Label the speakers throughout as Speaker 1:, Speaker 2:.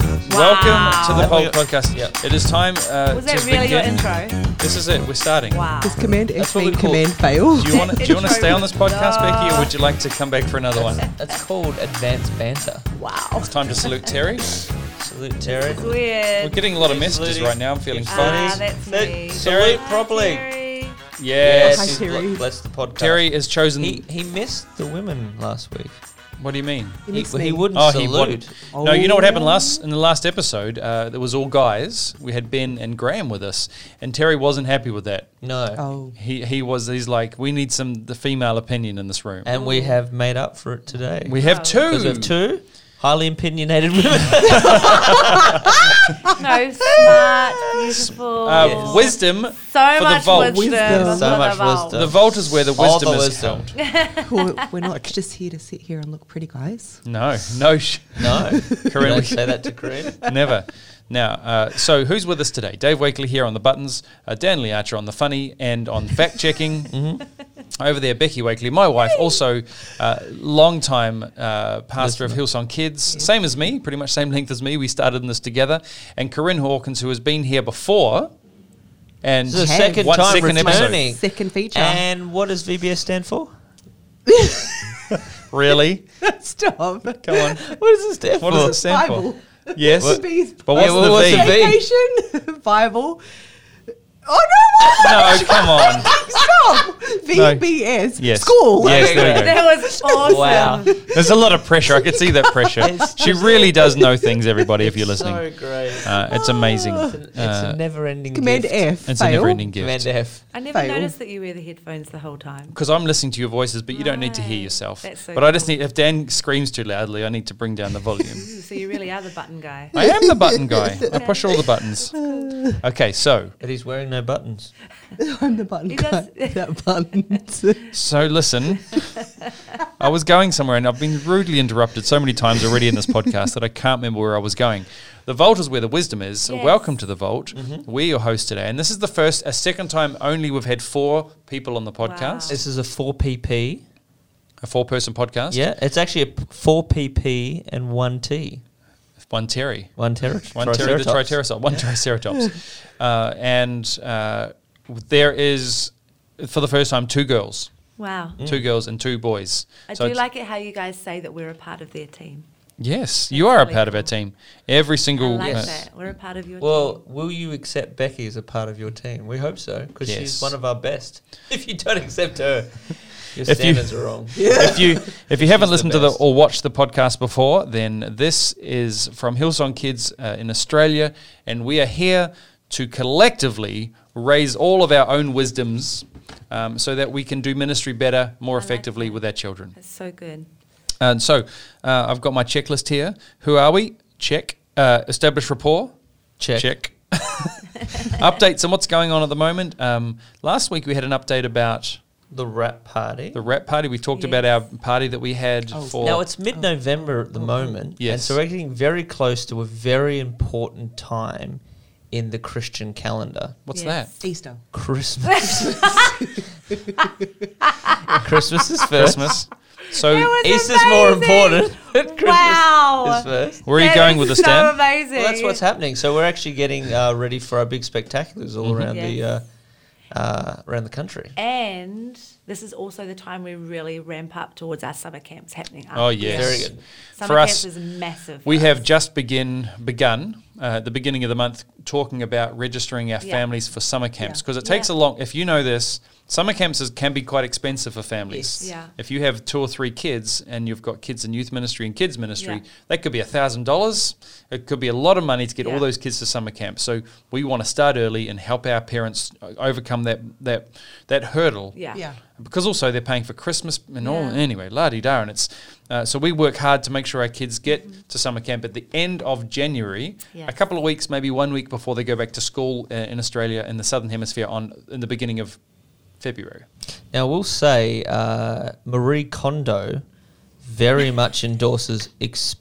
Speaker 1: Welcome to the
Speaker 2: Wow.
Speaker 1: Pole Podcast. Yeah, it is time uh, to
Speaker 2: Was that really your
Speaker 1: begin.
Speaker 2: intro?
Speaker 1: This is it. We're starting.
Speaker 2: Wow.
Speaker 3: Does command
Speaker 1: That's
Speaker 3: F
Speaker 1: what
Speaker 3: mean
Speaker 1: we call-
Speaker 3: command fail?
Speaker 1: Do you want to? Do you want to
Speaker 2: Intro
Speaker 1: stay on this podcast, Becky, or
Speaker 2: No.
Speaker 1: would you like to come back for another one?
Speaker 4: That's called advanced banter.
Speaker 2: Wow.
Speaker 1: Time to salute Terry.
Speaker 4: Salute Terry.
Speaker 1: We're
Speaker 2: Weird.
Speaker 1: getting a lot of messages right now. I'm feeling
Speaker 2: Ah,
Speaker 1: funny.
Speaker 2: that's me.
Speaker 1: Terry.
Speaker 4: properly.
Speaker 2: Terry.
Speaker 3: Hi,
Speaker 1: Yes.
Speaker 3: Terry.
Speaker 4: That's the podcast.
Speaker 1: Terry um, has chosen.
Speaker 4: He, he missed the women last week.
Speaker 1: what do you mean?
Speaker 3: He
Speaker 4: He,
Speaker 3: missed
Speaker 4: he
Speaker 3: me.
Speaker 4: wouldn't
Speaker 1: Oh, he
Speaker 4: salute.
Speaker 1: wouldn't. No, you know what happened
Speaker 2: Oh.
Speaker 1: last in the last episode? Uh, it was all guys. We had Ben and Graham with us, and Terry wasn't happy with that.
Speaker 4: no.
Speaker 3: Oh,
Speaker 1: He he was. He's like, we need some the female opinion in this room.
Speaker 4: And we have made up for it today.
Speaker 1: we
Speaker 2: Oh.
Speaker 1: have two.
Speaker 4: Because of two highly opinionated women.
Speaker 2: No, smart, beautiful.
Speaker 1: Uh,
Speaker 4: Yes.
Speaker 1: Wisdom.
Speaker 2: so
Speaker 1: for the
Speaker 2: much
Speaker 1: vault.
Speaker 2: wisdom.
Speaker 3: Wisdom.
Speaker 4: So
Speaker 2: for the
Speaker 4: much
Speaker 2: vault.
Speaker 4: wisdom.
Speaker 1: The vault is where the
Speaker 4: All
Speaker 1: wisdom
Speaker 4: the
Speaker 1: is
Speaker 4: wisdom.
Speaker 1: held.
Speaker 3: cool. we're not just here to sit here and look pretty, guys.
Speaker 1: No, no, sh-
Speaker 4: no.
Speaker 1: Corinne,
Speaker 4: Don't
Speaker 1: we-
Speaker 4: say that to Corinne.
Speaker 1: never. Now, uh, so who's with us today? Dave Wakely here on the buttons, uh, Dan Learcher on the funny and on fact checking.
Speaker 4: Mm-hmm.
Speaker 1: Over there, Becky Wakely, my wife, also uh, long-time uh, pastor of Hillsong Kids, same as me, pretty much same length as me. We started in this together, and Corinne Hawkins, who has been here before, and
Speaker 4: This is the
Speaker 3: Hey,
Speaker 4: second
Speaker 1: one
Speaker 4: time
Speaker 1: second episode.
Speaker 4: returning.
Speaker 3: Second feature.
Speaker 1: Eh.
Speaker 4: And what does VBS stand for?
Speaker 1: really,
Speaker 3: Stop.
Speaker 1: come on,
Speaker 4: What does it stand
Speaker 1: what
Speaker 4: for?
Speaker 1: does it stand
Speaker 3: Bible.
Speaker 1: for? Yes,
Speaker 3: What? Bees.
Speaker 1: but what's
Speaker 4: Yeah, what
Speaker 1: the
Speaker 4: was the
Speaker 1: V?
Speaker 4: V?
Speaker 3: Vacation. Bible. Oh no! what?
Speaker 1: No, come on.
Speaker 3: Stop.
Speaker 1: No.
Speaker 3: VBS.
Speaker 1: Yes.
Speaker 3: School.
Speaker 1: Yes, there we go.
Speaker 2: That was awesome.
Speaker 4: Wow.
Speaker 1: There's a lot of pressure. I could see that pressure.
Speaker 4: It's-
Speaker 1: she really does know things, everybody, if you're
Speaker 4: So Oh.
Speaker 1: listening.
Speaker 4: great.
Speaker 1: Uh, it's amazing.
Speaker 4: It's, an, it's a
Speaker 1: Uh,
Speaker 4: never ending
Speaker 3: Command
Speaker 4: gift.
Speaker 3: F.
Speaker 1: it's a
Speaker 3: fail.
Speaker 1: never ending
Speaker 4: Command
Speaker 1: gift.
Speaker 4: F.
Speaker 2: I never
Speaker 3: Fail.
Speaker 2: noticed that you wear the headphones the whole time.
Speaker 1: Because I'm listening to your voices, but you don't need to hear
Speaker 2: Right.
Speaker 1: yourself.
Speaker 2: That's so
Speaker 1: but I just
Speaker 2: cool.
Speaker 1: need, if Dan screams too loudly, I need to bring down the volume.
Speaker 2: So you really are the button guy.
Speaker 1: I am the button guy. I push all the buttons. Okay, so
Speaker 4: But he's wearing no buttons.
Speaker 3: I'm the button.
Speaker 2: He
Speaker 3: guy.
Speaker 2: does-
Speaker 3: that button.
Speaker 1: so listen. I was going somewhere and I've been rudely interrupted so many times already in this podcast that I can't remember where I was going. The vault is where the wisdom is.
Speaker 2: Yes.
Speaker 1: Welcome to the vault. We're your host today, and this is the first, a second time only we've had four people on the podcast,
Speaker 2: Wow.
Speaker 4: This is a 4PP.
Speaker 1: a four-person podcast.
Speaker 4: Yeah, it's actually a p- 4PP and 1T.
Speaker 1: one Terry,
Speaker 4: One territory.
Speaker 1: one Terry, the Triceratops, one Triceratops, uh, and uh, there is for the first time two girls,
Speaker 2: Wow.
Speaker 1: two girls and two boys.
Speaker 2: I
Speaker 1: So
Speaker 2: do
Speaker 1: it's-
Speaker 2: like it how you guys say that we're a part of their team.
Speaker 1: Yes, you are a
Speaker 2: really
Speaker 1: part of our
Speaker 2: cool.
Speaker 1: team. Every
Speaker 2: I
Speaker 1: single
Speaker 2: like
Speaker 1: uh,
Speaker 2: that. We're a part of your
Speaker 4: Well, will you accept Becky as a part of your team? We hope so, because
Speaker 1: Yes.
Speaker 4: she's one of our best. If you don't accept her, your
Speaker 1: you-
Speaker 4: standards are wrong.
Speaker 1: if you if you haven't
Speaker 4: the
Speaker 1: listened to the
Speaker 4: best.
Speaker 1: or watched the podcast before, then this is from Hillsong Kids uh, in Australia, and we are here to collectively raise all of our own wisdoms. Um, so that we can do ministry better, more
Speaker 2: like
Speaker 1: effectively
Speaker 2: that.
Speaker 1: with our children.
Speaker 2: That's so good.
Speaker 1: And so uh, I've got my checklist here. Who are we? Check. Uh, establish rapport.
Speaker 4: Check.
Speaker 1: Check. Updates on what's going on at the moment. Um, last week we had an update about
Speaker 4: The rap party.
Speaker 1: the rap party. We talked about our
Speaker 2: Yes.
Speaker 1: party that we had
Speaker 3: Oh,
Speaker 1: for.
Speaker 4: now it's mid-November at the moment, and
Speaker 1: Mm-hmm. Yes.
Speaker 4: so we're getting very close to a very important time in the Christian calendar.
Speaker 1: What's
Speaker 2: Yes.
Speaker 3: Easter.
Speaker 4: Christmas. Christmas is
Speaker 1: that?
Speaker 4: first.
Speaker 1: Christmas. So
Speaker 2: was- It's
Speaker 4: Easter's more
Speaker 2: amazing.
Speaker 4: important. but Christmas
Speaker 2: Wow.
Speaker 4: is first.
Speaker 1: uh, where are you
Speaker 2: That
Speaker 1: going
Speaker 2: is
Speaker 1: with this,
Speaker 2: so
Speaker 1: Dan?
Speaker 2: amazing.
Speaker 4: Well, that's what's happening. So we're actually getting uh, ready for our big spectaculars
Speaker 1: Mm-hmm.
Speaker 4: all around
Speaker 2: Yes.
Speaker 4: the uh, uh, around the country.
Speaker 2: And this is also the time we really ramp up towards our summer camps happening.
Speaker 1: Oh
Speaker 2: after
Speaker 1: yes,
Speaker 4: Very good.
Speaker 2: Summer
Speaker 1: For
Speaker 2: camps
Speaker 1: us,
Speaker 2: is massive.
Speaker 1: we
Speaker 2: for
Speaker 1: have
Speaker 2: us.
Speaker 1: just begin begun uh, at the beginning of the month talking about registering our
Speaker 2: Yeah.
Speaker 1: families for summer camps
Speaker 2: Yeah.
Speaker 1: because it takes
Speaker 2: Yeah.
Speaker 1: a long. If you know this, summer camps is, can be quite expensive for families.
Speaker 4: Yes.
Speaker 2: Yeah.
Speaker 1: If you have two or three kids and you've got kids in youth ministry and kids ministry,
Speaker 2: Yeah.
Speaker 1: that could be a thousand dollars. It could be a lot of money to get
Speaker 2: Yeah.
Speaker 1: all those kids to summer camp. So we want to start early and help our parents uh, overcome that that that hurdle
Speaker 2: yeah.
Speaker 3: Yeah.
Speaker 1: because also they're paying for Christmas and all.
Speaker 2: Yeah.
Speaker 1: Anyway, la di da, and it's uh, so we work hard to make sure our kids get to summer camp at the end of January, a
Speaker 2: Mm-hmm. Yes.
Speaker 1: couple of weeks, maybe one week before they go back to school uh, in Australia in the Southern Hemisphere on in the beginning of February.
Speaker 4: Now we'll say uh, Marie Kondo very much endorses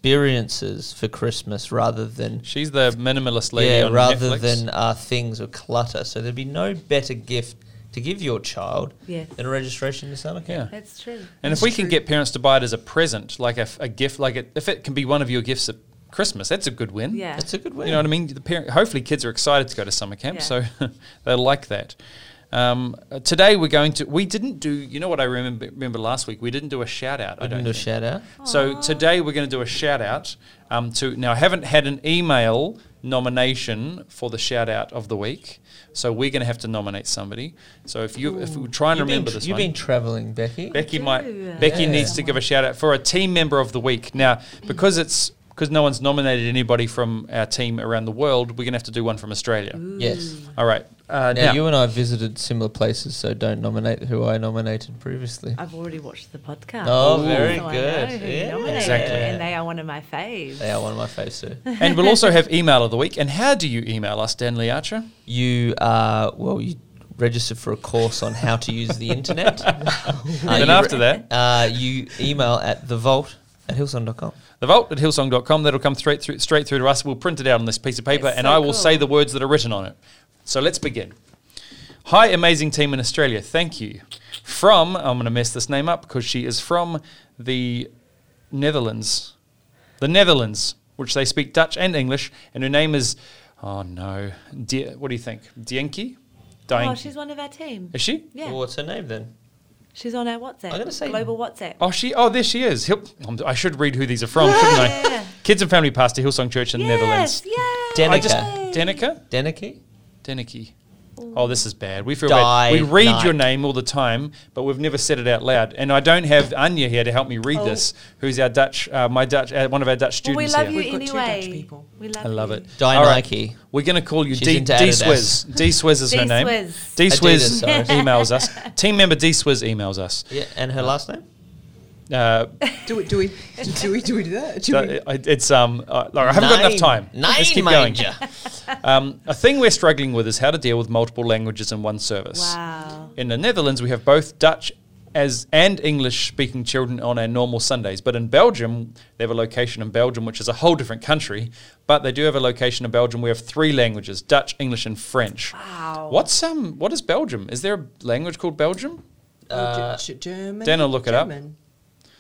Speaker 4: experiences for Christmas rather than
Speaker 1: She's the minimalist lady.
Speaker 4: yeah,
Speaker 1: on
Speaker 4: rather
Speaker 1: Netflix.
Speaker 4: than uh, things or clutter. So there'd be no better gift to give your child
Speaker 2: Yes.
Speaker 4: than a registration to summer
Speaker 1: yeah.
Speaker 4: camp.
Speaker 2: That's true.
Speaker 1: And if we can get parents to buy it as a present, like a, f- a gift, like it, if it can be one of your gifts at Christmas. That's a good win.
Speaker 2: Yeah.
Speaker 4: That's a good win.
Speaker 1: You know what I mean? The parent, hopefully, kids are excited to go to summer camp,
Speaker 2: Yeah.
Speaker 1: so they like that. Um, uh, today we're going to. We didn't do. You know what I remember, remember last week? We didn't do a shout out. I
Speaker 4: I
Speaker 1: don't
Speaker 4: didn't do a
Speaker 1: think.
Speaker 4: shout out.
Speaker 1: So today we're going to do a shout out um, to. Now I haven't had an email nomination for the shout out of the week, so we're going to have to nominate somebody. So if you if we try and
Speaker 4: You've
Speaker 1: remember
Speaker 4: been,
Speaker 1: this,
Speaker 4: You've
Speaker 1: one.
Speaker 4: been travelling, Becky.
Speaker 1: Becky
Speaker 2: do.
Speaker 1: might. Becky
Speaker 4: Yeah.
Speaker 1: needs to give a shout out for a team member of the week. Now, because it's because no one's nominated anybody from our team around the world, we're gonna have to do one from Australia.
Speaker 2: Mm.
Speaker 4: Yes.
Speaker 1: All right. Uh,
Speaker 4: Now,
Speaker 1: now,
Speaker 4: you and I visited similar places, so don't nominate who I nominated previously.
Speaker 2: I've already watched the podcast.
Speaker 4: Oh, very
Speaker 2: I
Speaker 4: good.
Speaker 2: know who
Speaker 4: Yeah.
Speaker 2: nominated,
Speaker 1: Exactly.
Speaker 2: And they are one of my faves.
Speaker 4: They are one of my faves too.
Speaker 1: and we'll also have email of the week. And how do you email us, Dan Lee Archer?
Speaker 4: you uh, well, you registered for a course on how to use the internet. uh,
Speaker 1: then
Speaker 4: you
Speaker 1: after that,
Speaker 4: uh, you email at thevault at hillsong.com.
Speaker 1: the vault at hillsong.com. That'll come straight through, straight through to us. We'll print it out on this piece of paper,
Speaker 2: It's
Speaker 1: and
Speaker 2: so
Speaker 1: I will
Speaker 2: cool.
Speaker 1: say the words that are written on it. So let's begin. Hi, amazing team in Australia. Thank you. From I'm going to mess this name up because she is from the Netherlands, the Netherlands, which they speak Dutch and English, and her name is oh no, De- what do you think, Dienke?
Speaker 2: Oh,
Speaker 1: Dienke.
Speaker 2: she's one of our team.
Speaker 1: is she?
Speaker 2: Yeah.
Speaker 4: Well, what's her name then?
Speaker 2: She's on our WhatsApp.
Speaker 4: I'm gonna say-
Speaker 2: Global WhatsApp.
Speaker 1: Oh, she. Oh, there she is. Hill, I'm- I should read who these are from, shouldn't I?
Speaker 2: Yeah.
Speaker 1: Kids and Family Pastor, Hillsong Church in the Netherlands.
Speaker 2: Yes, yes.
Speaker 4: Danica.
Speaker 1: I just
Speaker 2: Yay.
Speaker 1: Danica.
Speaker 4: Denicky?
Speaker 1: Denicky. Oh, this is bad. We feel
Speaker 4: Die
Speaker 1: bad. We read your
Speaker 4: night.
Speaker 1: name all the time, but we've never said it out loud. And I don't have Anya here to help me read
Speaker 2: Oh.
Speaker 1: this. Who's our Dutch? Uh, my Dutch. Uh, one of our Dutch
Speaker 2: Well, we
Speaker 1: students
Speaker 2: love
Speaker 1: here.
Speaker 2: you
Speaker 3: We've got two Dutch
Speaker 2: anyway.
Speaker 3: people.
Speaker 2: We love
Speaker 1: I love
Speaker 2: you.
Speaker 1: it.
Speaker 4: Di
Speaker 1: All right.
Speaker 4: Nike.
Speaker 1: We're going to call you
Speaker 4: She's
Speaker 1: D,
Speaker 4: into
Speaker 1: D
Speaker 4: Adidas.
Speaker 1: Swizz. D Swizz is her name.
Speaker 2: D-Swizz.
Speaker 1: D
Speaker 4: Adidas,
Speaker 1: Swizz
Speaker 4: sorry.
Speaker 1: emails us. Team member D Swizz emails us.
Speaker 4: Yeah, and her last name?
Speaker 1: Uh,
Speaker 3: Do we? Do we? Do we? Do we do that? Do we?
Speaker 1: I- I- it's um. Uh, Laura, I haven't got enough time.
Speaker 4: Nine
Speaker 1: Let's keep going.
Speaker 4: manger.
Speaker 1: Um, a thing we're struggling with is how to deal with multiple languages in one service.
Speaker 2: Wow.
Speaker 1: In the Netherlands, we have both Dutch as and English speaking children on our normal Sundays. But in Belgium, they have a location in Belgium, which is a whole different country. But they do have a location in Belgium. We have three languages: Dutch, English, and French.
Speaker 2: Wow.
Speaker 1: What's um? What is Belgium? Is there a language called Belgium?
Speaker 3: Uh, German.
Speaker 1: Dan will look it up.
Speaker 3: German.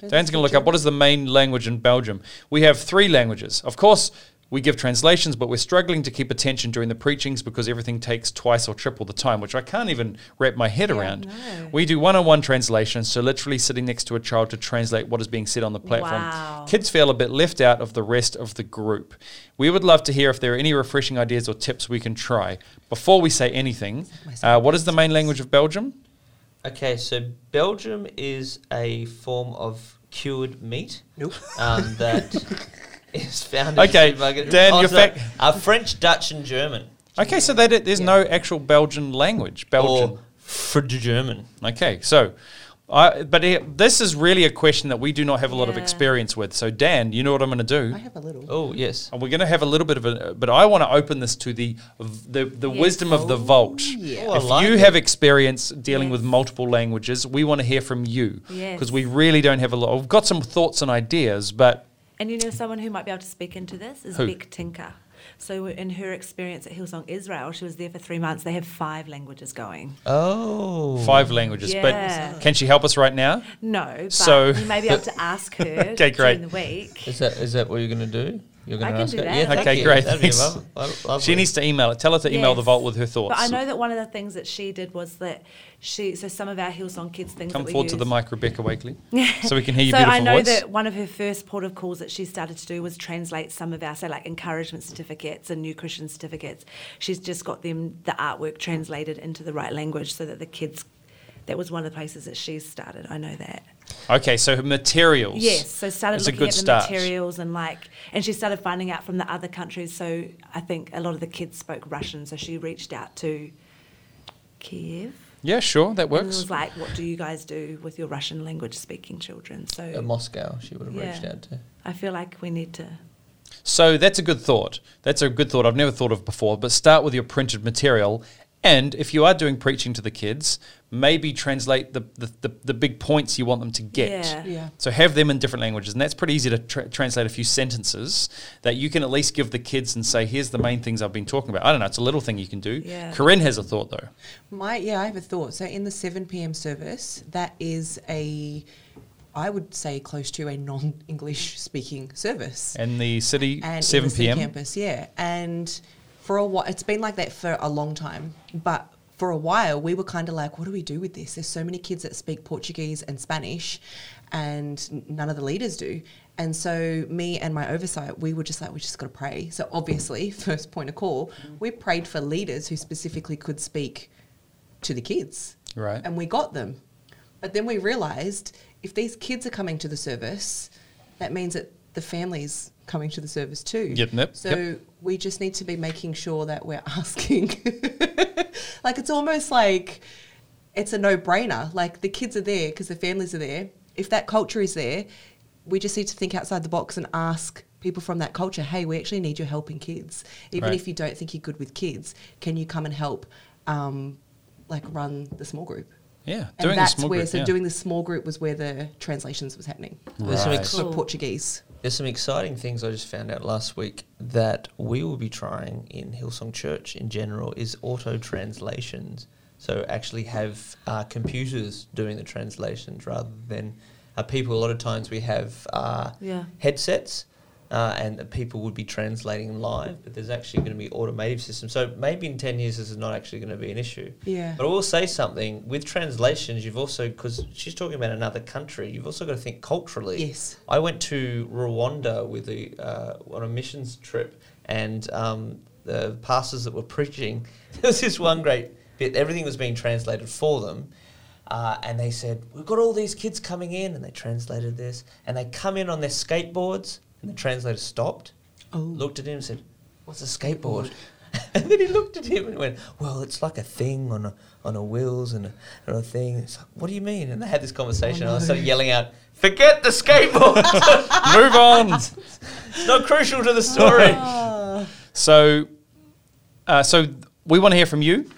Speaker 1: Dan's going to look up what is the main language in Belgium. We have three languages. Of course, we give translations, but we're struggling to keep attention during the preachings because everything takes twice or triple the time, which I can't even wrap my head
Speaker 2: Yeah,
Speaker 1: around.
Speaker 2: no.
Speaker 1: We do one on one translations, so literally sitting next to a child to translate what is being said on the platform.
Speaker 2: Wow.
Speaker 1: Kids feel a bit left out of the rest of the group. We would love to hear if there are any refreshing ideas or tips we can try. Before we say anything, uh, what is the main language of Belgium?
Speaker 4: Okay, so Belgium is a form of cured meat
Speaker 3: Nope.
Speaker 4: um, that is found in
Speaker 1: Okay,
Speaker 4: the supermarket.
Speaker 1: Dan, your
Speaker 4: sorry,
Speaker 1: fact-
Speaker 4: uh, French, Dutch, and German.
Speaker 1: Okay, so they did, there's no actual Belgian language. Belgian.
Speaker 4: Or for German.
Speaker 1: Okay, so, I, but here- this is really a question that we do not have a lot of
Speaker 2: Yeah.
Speaker 1: experience with. So, Dan, you know what I'm going to do?
Speaker 3: I have a little.
Speaker 4: Oh, yes.
Speaker 1: And we're going to have a little bit of a, but I want to open this to the the, the
Speaker 2: Yes.
Speaker 1: wisdom of the vault.
Speaker 3: yeah.
Speaker 4: Oh, I
Speaker 1: if
Speaker 4: like
Speaker 1: you
Speaker 4: it.
Speaker 1: have experience dealing
Speaker 2: Yes.
Speaker 1: with multiple languages, we want to hear from you because
Speaker 2: Yes.
Speaker 1: we really don't have a lot. We've got some thoughts and ideas, but
Speaker 2: And you know someone who might be able to speak into this is
Speaker 1: Who?
Speaker 2: Beck Tinker. So in her experience at Hillsong Israel, she was there for three months. They have five languages going.
Speaker 4: Oh.
Speaker 1: five languages.
Speaker 2: Mm. Yeah.
Speaker 1: But can she help us right now?
Speaker 2: No, but
Speaker 1: So-
Speaker 2: you may be able to ask her
Speaker 1: Okay, great.
Speaker 2: during the week.
Speaker 4: Is that is that what you're going to do? You're going
Speaker 2: I
Speaker 4: to
Speaker 2: can
Speaker 4: ask
Speaker 2: do
Speaker 4: her?
Speaker 2: that.
Speaker 4: Yeah, thank
Speaker 1: Okay,
Speaker 4: you.
Speaker 1: great,
Speaker 4: That'd be
Speaker 1: thanks.
Speaker 4: lov- lo- lovely.
Speaker 1: She needs to email it. Tell her to email the
Speaker 2: Yes.
Speaker 1: vault with her thoughts.
Speaker 2: But I know that one of the things that she did was that she. So some of our Hillsong kids things.
Speaker 1: Come
Speaker 2: that we
Speaker 1: forward to the
Speaker 2: use-
Speaker 1: mic, Rebecca Wakely, so we can hear your
Speaker 2: so
Speaker 1: beautiful
Speaker 2: I know
Speaker 1: voice.
Speaker 2: that one of her first port of calls that she started to do was translate some of our, say, like encouragement certificates and new Christian certificates. She's just got them the artwork translated into the right language so that the kids. That was one of the places that she started. I know that.
Speaker 1: Okay, so her materials.
Speaker 2: Yes, so started
Speaker 1: It's a
Speaker 2: looking
Speaker 1: good
Speaker 2: at the
Speaker 1: start.
Speaker 2: materials and like, and she started finding out from the other countries. So I think a lot of the kids spoke Russian, so she reached out to Kiev.
Speaker 1: Yeah, sure, that
Speaker 2: And it
Speaker 1: works.
Speaker 2: was like, what do you guys do with your Russian language speaking children? So
Speaker 4: Uh, Moscow, she would have
Speaker 2: Yeah.
Speaker 4: reached out to.
Speaker 2: I feel like we need to.
Speaker 1: So that's a good thought. That's a good thought I've never thought of before, but start with your printed material. And if you are doing preaching to the kids, maybe translate the, the, the, the big points you want them to get.
Speaker 2: Yeah.
Speaker 3: Yeah.
Speaker 1: So have them in different languages. And that's pretty easy to tra- translate a few sentences that you can at least give the kids and say, here's the main things I've been talking about. I don't know, it's a little thing you can do.
Speaker 2: Yeah.
Speaker 1: Corinne has a thought, though.
Speaker 3: My yeah, I have a thought. So in the seven pm service, that is a I would say close to a non-English speaking service.
Speaker 1: And the city,
Speaker 3: and
Speaker 1: 7
Speaker 3: English City
Speaker 1: p.m.
Speaker 3: campus. Yeah, and for a while, it's been like that for a long time. But for a while, we were kind of like, what do we do with this? There's so many kids that speak Portuguese and Spanish, and n- none of the leaders do. And so me and my oversight, we were just like, we just got to pray. So obviously, first point of call, we prayed for leaders who specifically could speak to the kids.
Speaker 1: Right.
Speaker 3: And we got them. But then we realized if these kids are coming to the service, that means that the family's coming to the service too.
Speaker 1: Yep, yep,
Speaker 3: So
Speaker 1: yep.
Speaker 3: we just need to be making sure that we're asking. like it's almost like it's a no-brainer. Like the kids are there because the families are there. If that culture is there, we just need to think outside the box and ask people from that culture, "Hey, we actually need your help in kids. Even
Speaker 1: Right.
Speaker 3: if you don't think you're good with kids, can you come and help um, like run the small group?"
Speaker 1: Yeah,
Speaker 3: And
Speaker 1: doing a
Speaker 3: that's
Speaker 1: small
Speaker 3: where
Speaker 1: group.
Speaker 3: so
Speaker 1: yeah.
Speaker 3: doing the small group was where the translations was happening.
Speaker 4: There's some
Speaker 1: Right.
Speaker 4: ex-
Speaker 3: For
Speaker 2: Cool.
Speaker 3: Portuguese.
Speaker 4: There's some exciting things I just found out last week that we will be trying in Hillsong Church in general is auto translations. So actually have uh, computers doing the translations rather than uh, people. A lot of times we have uh,
Speaker 2: Yeah.
Speaker 4: headsets. Uh, and the people would be translating live, but there's actually going to be automated systems. So maybe in 10 years, this is not actually going to be an issue.
Speaker 3: Yeah.
Speaker 4: But I will say something with translations, you've also, because she's talking about another country, you've also got to think culturally.
Speaker 3: Yes.
Speaker 4: I went to Rwanda with the uh, on a missions trip, and um, the pastors that were preaching, there was this one great bit. Everything was being translated for them, uh, and they said, "We've got all these kids coming in," and they translated this, and they come in on their skateboards, and the translator stopped,
Speaker 3: Oh.
Speaker 4: looked at him, and said, "What's a skateboard?" And then he looked at him and went, "Well, it's like a thing on a on a wheels and a, on a thing." It's like, "What do you mean?" And they had this conversation. and I started yelling out, "Forget the skateboard!"
Speaker 1: Move on.
Speaker 4: It's not crucial to the story.
Speaker 1: So, uh, so we want to hear from you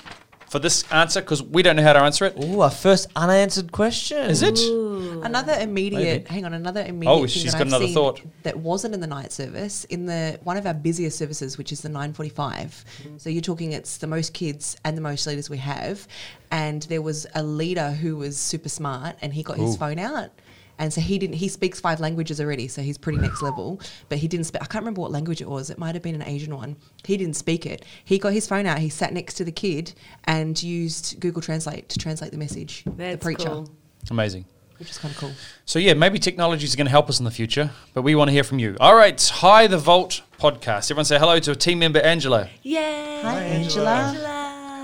Speaker 1: for this answer because we don't know how to answer it.
Speaker 4: Ooh, our first unanswered question.
Speaker 1: Is it?
Speaker 3: Mm. Another immediate,
Speaker 4: Maybe.
Speaker 3: hang on, another immediate. thing
Speaker 1: Hmm. Oh, she's
Speaker 3: that
Speaker 1: got
Speaker 3: I've
Speaker 1: another
Speaker 3: seen
Speaker 1: thought.
Speaker 3: that wasn't in the night service in the one of our busier services, which is the nine So you're talking it's the most kids and the most leaders we have, and there was a leader who was super smart, and he got his
Speaker 1: Ooh.
Speaker 3: phone out. And so he didn't. He speaks five languages already, so he's pretty next level. But he didn't. Spe- I can't remember what language it was. It might have been an Asian one. He didn't speak it. He got his phone out. He sat next to the kid and used Google Translate to translate the message. the
Speaker 2: That's
Speaker 3: preacher,
Speaker 2: cool.
Speaker 1: Amazing.
Speaker 3: which is kind of cool.
Speaker 1: So yeah, maybe technology is going to help us in the future, but we want to hear from you. All right, hi the Vault podcast. Everyone say hello to team member Angela,
Speaker 2: Yay!
Speaker 3: Hi, Angela.
Speaker 2: Angela.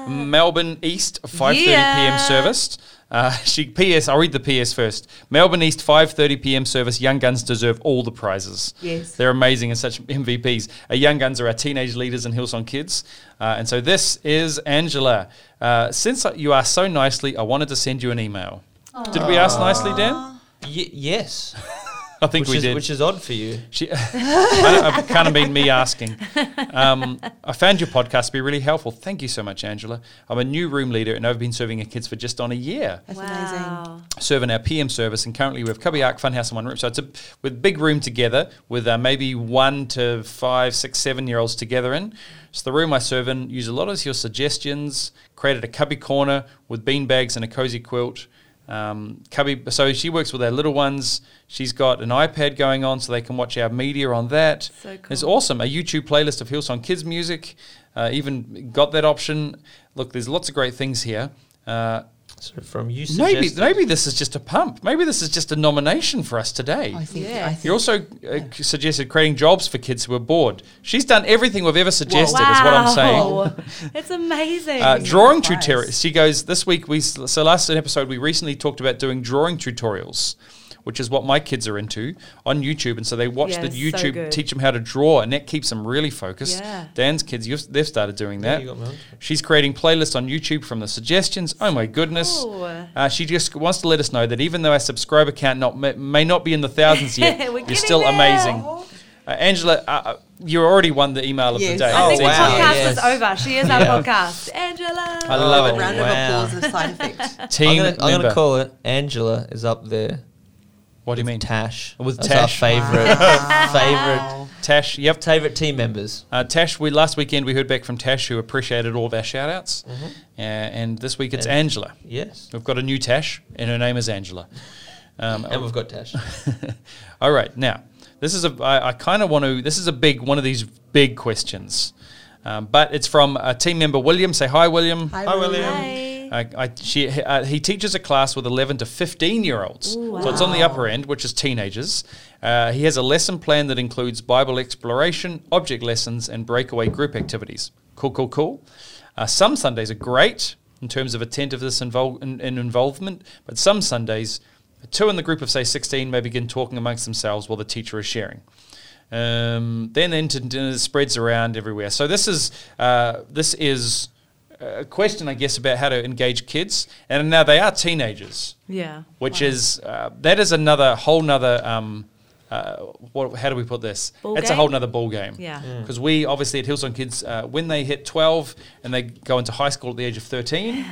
Speaker 1: Melbourne East, five thirty p.m.
Speaker 2: Yeah.
Speaker 1: service. Uh, she PS. I'll read the PS first. Melbourne East, five thirty p.m. service. Young Guns deserve all the prizes.
Speaker 3: Yes.
Speaker 1: they're amazing and such MVPs. Uh, Young Guns are our teenage leaders in Hillsong Kids, uh, and so this is Angela. Uh, since you are so nicely, I wanted to send you an email. Did we ask nicely, Dan?
Speaker 4: Y- yes,
Speaker 1: I think
Speaker 4: which
Speaker 1: we
Speaker 4: is,
Speaker 1: did.
Speaker 4: which is odd for you.
Speaker 1: She, I don't- it kind of been me asking. Um, I found your podcast to be really helpful. Thank you so much, Angela. I'm a new room leader and I've been serving our kids for just on a year,
Speaker 3: That's amazing.
Speaker 2: wow.
Speaker 1: serving our PM service. And currently we have Cubby Ark, Funhouse, and One Room. So it's a with big room together with uh, maybe one to five, six, seven year olds together in. So the room I serve in use a lot of your suggestions. Created a cubby corner with beanbags and a cozy quilt. Um, cubby, so she works with our little ones. She's got an iPad going on, so they can watch our media on that.
Speaker 2: So cool.
Speaker 1: It's awesome. A YouTube playlist of Hillsong Kids music. Uh, even got that option. Look, there's lots of great things here. Uh,
Speaker 4: So from you,
Speaker 1: maybe,
Speaker 4: suggested-
Speaker 1: maybe this is just a pump. Maybe this is just a nomination for us today.
Speaker 3: I think.
Speaker 2: Yeah.
Speaker 3: I
Speaker 1: You
Speaker 3: think
Speaker 1: also uh, c- suggested creating jobs for kids who are bored. She's done everything we've ever suggested, is what I'm saying.
Speaker 2: saying. It's amazing.
Speaker 1: Uh, drawing
Speaker 3: Surprise.
Speaker 1: tutorials. She goes, This week, we, s- so last episode, we recently talked about doing drawing tutorials, which is what my kids are into on YouTube. And so they watch
Speaker 2: Yeah,
Speaker 1: the
Speaker 2: it's so
Speaker 1: YouTube
Speaker 2: good.
Speaker 1: teach them how to draw, and that keeps them really focused.
Speaker 2: Yeah.
Speaker 1: Dan's kids, you've, they've started doing
Speaker 4: Yeah,
Speaker 1: that.
Speaker 4: you got me onto it.
Speaker 1: She's creating playlists on YouTube from the suggestions. Oh my goodness.
Speaker 2: Cool.
Speaker 1: Uh, she just wants to let us know that even though our subscriber count not may, may not be in the thousands yet,
Speaker 2: We're
Speaker 1: you're
Speaker 2: getting
Speaker 1: still
Speaker 2: there.
Speaker 1: amazing. Uh, Angela, uh, uh, you already won the email of the
Speaker 3: Yes.
Speaker 1: day.
Speaker 2: I think
Speaker 4: Oh, wow.
Speaker 2: the podcast is
Speaker 4: Yes.
Speaker 2: over. She is our
Speaker 1: Yeah.
Speaker 2: podcast. Angela.
Speaker 1: I love
Speaker 3: a
Speaker 1: it.
Speaker 3: round
Speaker 4: Oh, Wow.
Speaker 3: of applause as a side effect.
Speaker 1: Team
Speaker 4: I'm gonna, I'm
Speaker 1: member.
Speaker 4: gonna call it. Angela is up there.
Speaker 1: What do you mean?
Speaker 4: Tash
Speaker 1: With
Speaker 4: That's
Speaker 1: Tash.
Speaker 4: our favorite, favorite,
Speaker 1: Tash. Yep.
Speaker 4: favorite team members.
Speaker 1: Uh, Tash, we last weekend we heard back from Tash, who appreciated all of our shout outs. Uh, and this week it's
Speaker 4: Mm-hmm. And-
Speaker 1: Angela.
Speaker 4: Yes.
Speaker 1: We've got a new Tash, and her name is Angela. Um,
Speaker 4: and we've got Dash.
Speaker 1: all right, now this is a I, I kind of want to. This is a big one of these big questions, um, but it's from a team member William. Say hi, William.
Speaker 3: Hi,
Speaker 4: Hi,
Speaker 3: William.
Speaker 4: William.
Speaker 2: Hi.
Speaker 1: I, I, she, uh, he teaches a class with 11 to 15 year olds.
Speaker 2: Ooh,
Speaker 1: So it's on the
Speaker 3: wow.
Speaker 1: upper end, which is teenagers. Uh, he has a lesson plan that includes Bible exploration, object lessons, and breakaway group activities. Cool, cool, cool. Uh, some Sundays are great in terms of attentiveness invol- in, in involvement, but some Sundays, two in the group of, say, 16 may begin talking amongst themselves while the teacher is sharing. Um, then internet spreads around everywhere. So this is uh, this is a question, I guess, about how to engage kids, and now they are teenagers,
Speaker 2: Yeah.
Speaker 1: which is uh, that is another whole nother. Um, uh, what, how do we put this?
Speaker 2: Ball
Speaker 1: That's a
Speaker 2: game?
Speaker 1: whole nother ball game.
Speaker 2: Yeah. Mm.
Speaker 1: Because we obviously at Hillsong Kids, uh, when they hit 12 and they go into high school at the age of 13,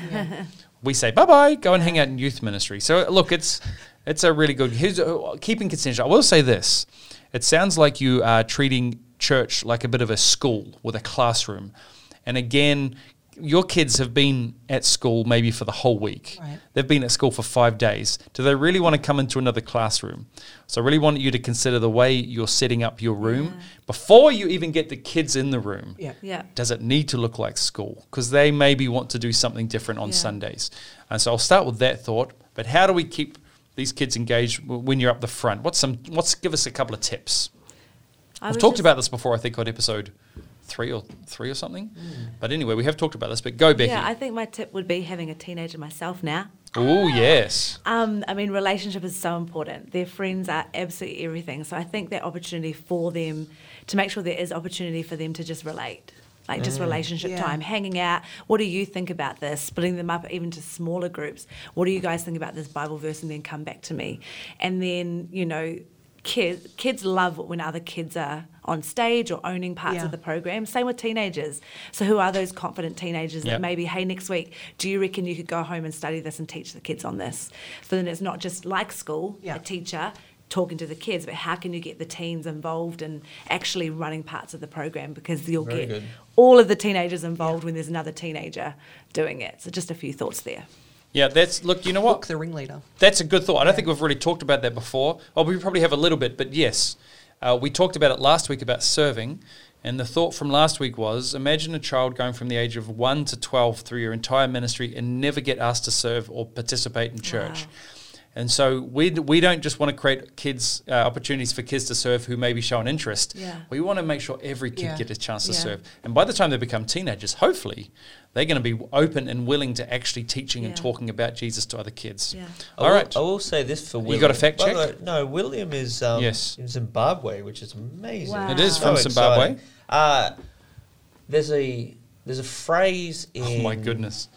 Speaker 1: we say bye bye, go and hang out in youth ministry. So look, it's it's a really good here's, uh, keeping consensual. I will say this: it sounds like you are treating church like a bit of a school with a classroom, and again. Your kids have been at school maybe for the whole week.
Speaker 3: Right.
Speaker 1: They've been at school for five days. Do they really want to come into another classroom? So, I really want you to consider the way you're setting up your room before you even get the kids in the room
Speaker 3: Yeah.
Speaker 2: Yeah.
Speaker 1: does it need to look like school? Because they maybe want to do something different on
Speaker 2: Yeah.
Speaker 1: Sundays. And so I'll start with that thought. But how do we keep these kids engaged w- when you're up the front? What's some? What's give us a couple of tips?
Speaker 2: I
Speaker 1: We've
Speaker 2: was
Speaker 1: talked
Speaker 2: just-
Speaker 1: about this before. I think on episode three or three or something. But anyway, we have talked about this. But go, Becky.
Speaker 2: Mm. Yeah, I think my tip would be having a teenager myself now.
Speaker 1: oh yes,
Speaker 2: Um, I mean, relationship is so important. Their friends are absolutely everything. So I think that opportunity for them to make sure there is opportunity for them to just relate, like just relationship
Speaker 3: Yeah.
Speaker 2: time, hanging out. What do you think about this? Splitting them up even to smaller groups. What do you guys think about this Bible verse? And then come back to me. And then you know, kids kids love when other kids are on stage or owning parts
Speaker 3: Yeah.
Speaker 2: of the program. Same with teenagers. So who are those confident teenagers
Speaker 1: Yeah.
Speaker 2: that maybe, hey, next week, do you reckon you could go home and study this and teach the kids on this? So then it's not just like school,
Speaker 3: Yeah.
Speaker 2: a teacher talking to the kids, but how can you get the teens involved and actually running parts of the program because you'll
Speaker 4: Very
Speaker 2: get
Speaker 4: good.
Speaker 2: all of the teenagers involved when there's another teenager doing it. So just a few thoughts there.
Speaker 1: yeah. That's look. You know what?
Speaker 3: Book the ringleader.
Speaker 1: That's a good thought. I don't think we've really talked about that before. Well, we probably have a little bit, but yes, uh, we talked about it last week about serving. And the thought from last week was imagine a child going from the age of 1 to 12 through your entire ministry and never get asked to serve or participate in church.
Speaker 2: Wow.
Speaker 1: And so we, d- we don't just want to create kids uh, opportunities for kids to serve who maybe show an interest.
Speaker 2: Yeah.
Speaker 1: We want to make sure every kid
Speaker 3: Yeah.
Speaker 1: gets a chance to
Speaker 2: Yeah.
Speaker 1: serve. And by the time they become teenagers, hopefully, they're going to be open and willing to actually teaching and
Speaker 2: Yeah.
Speaker 1: talking about Jesus to other kids.
Speaker 2: Yeah.
Speaker 4: I
Speaker 1: All
Speaker 4: will,
Speaker 1: right.
Speaker 4: I will say this for William.
Speaker 1: got a fact
Speaker 4: By the
Speaker 1: check?
Speaker 4: way, no, William is um,
Speaker 1: Yes.
Speaker 4: in Zimbabwe, which is amazing.
Speaker 2: Wow.
Speaker 1: It is
Speaker 2: So
Speaker 1: from
Speaker 4: exciting.
Speaker 1: Zimbabwe.
Speaker 4: Uh, there's a there's a phrase in
Speaker 1: Oh my
Speaker 2: Mm.
Speaker 1: goodness.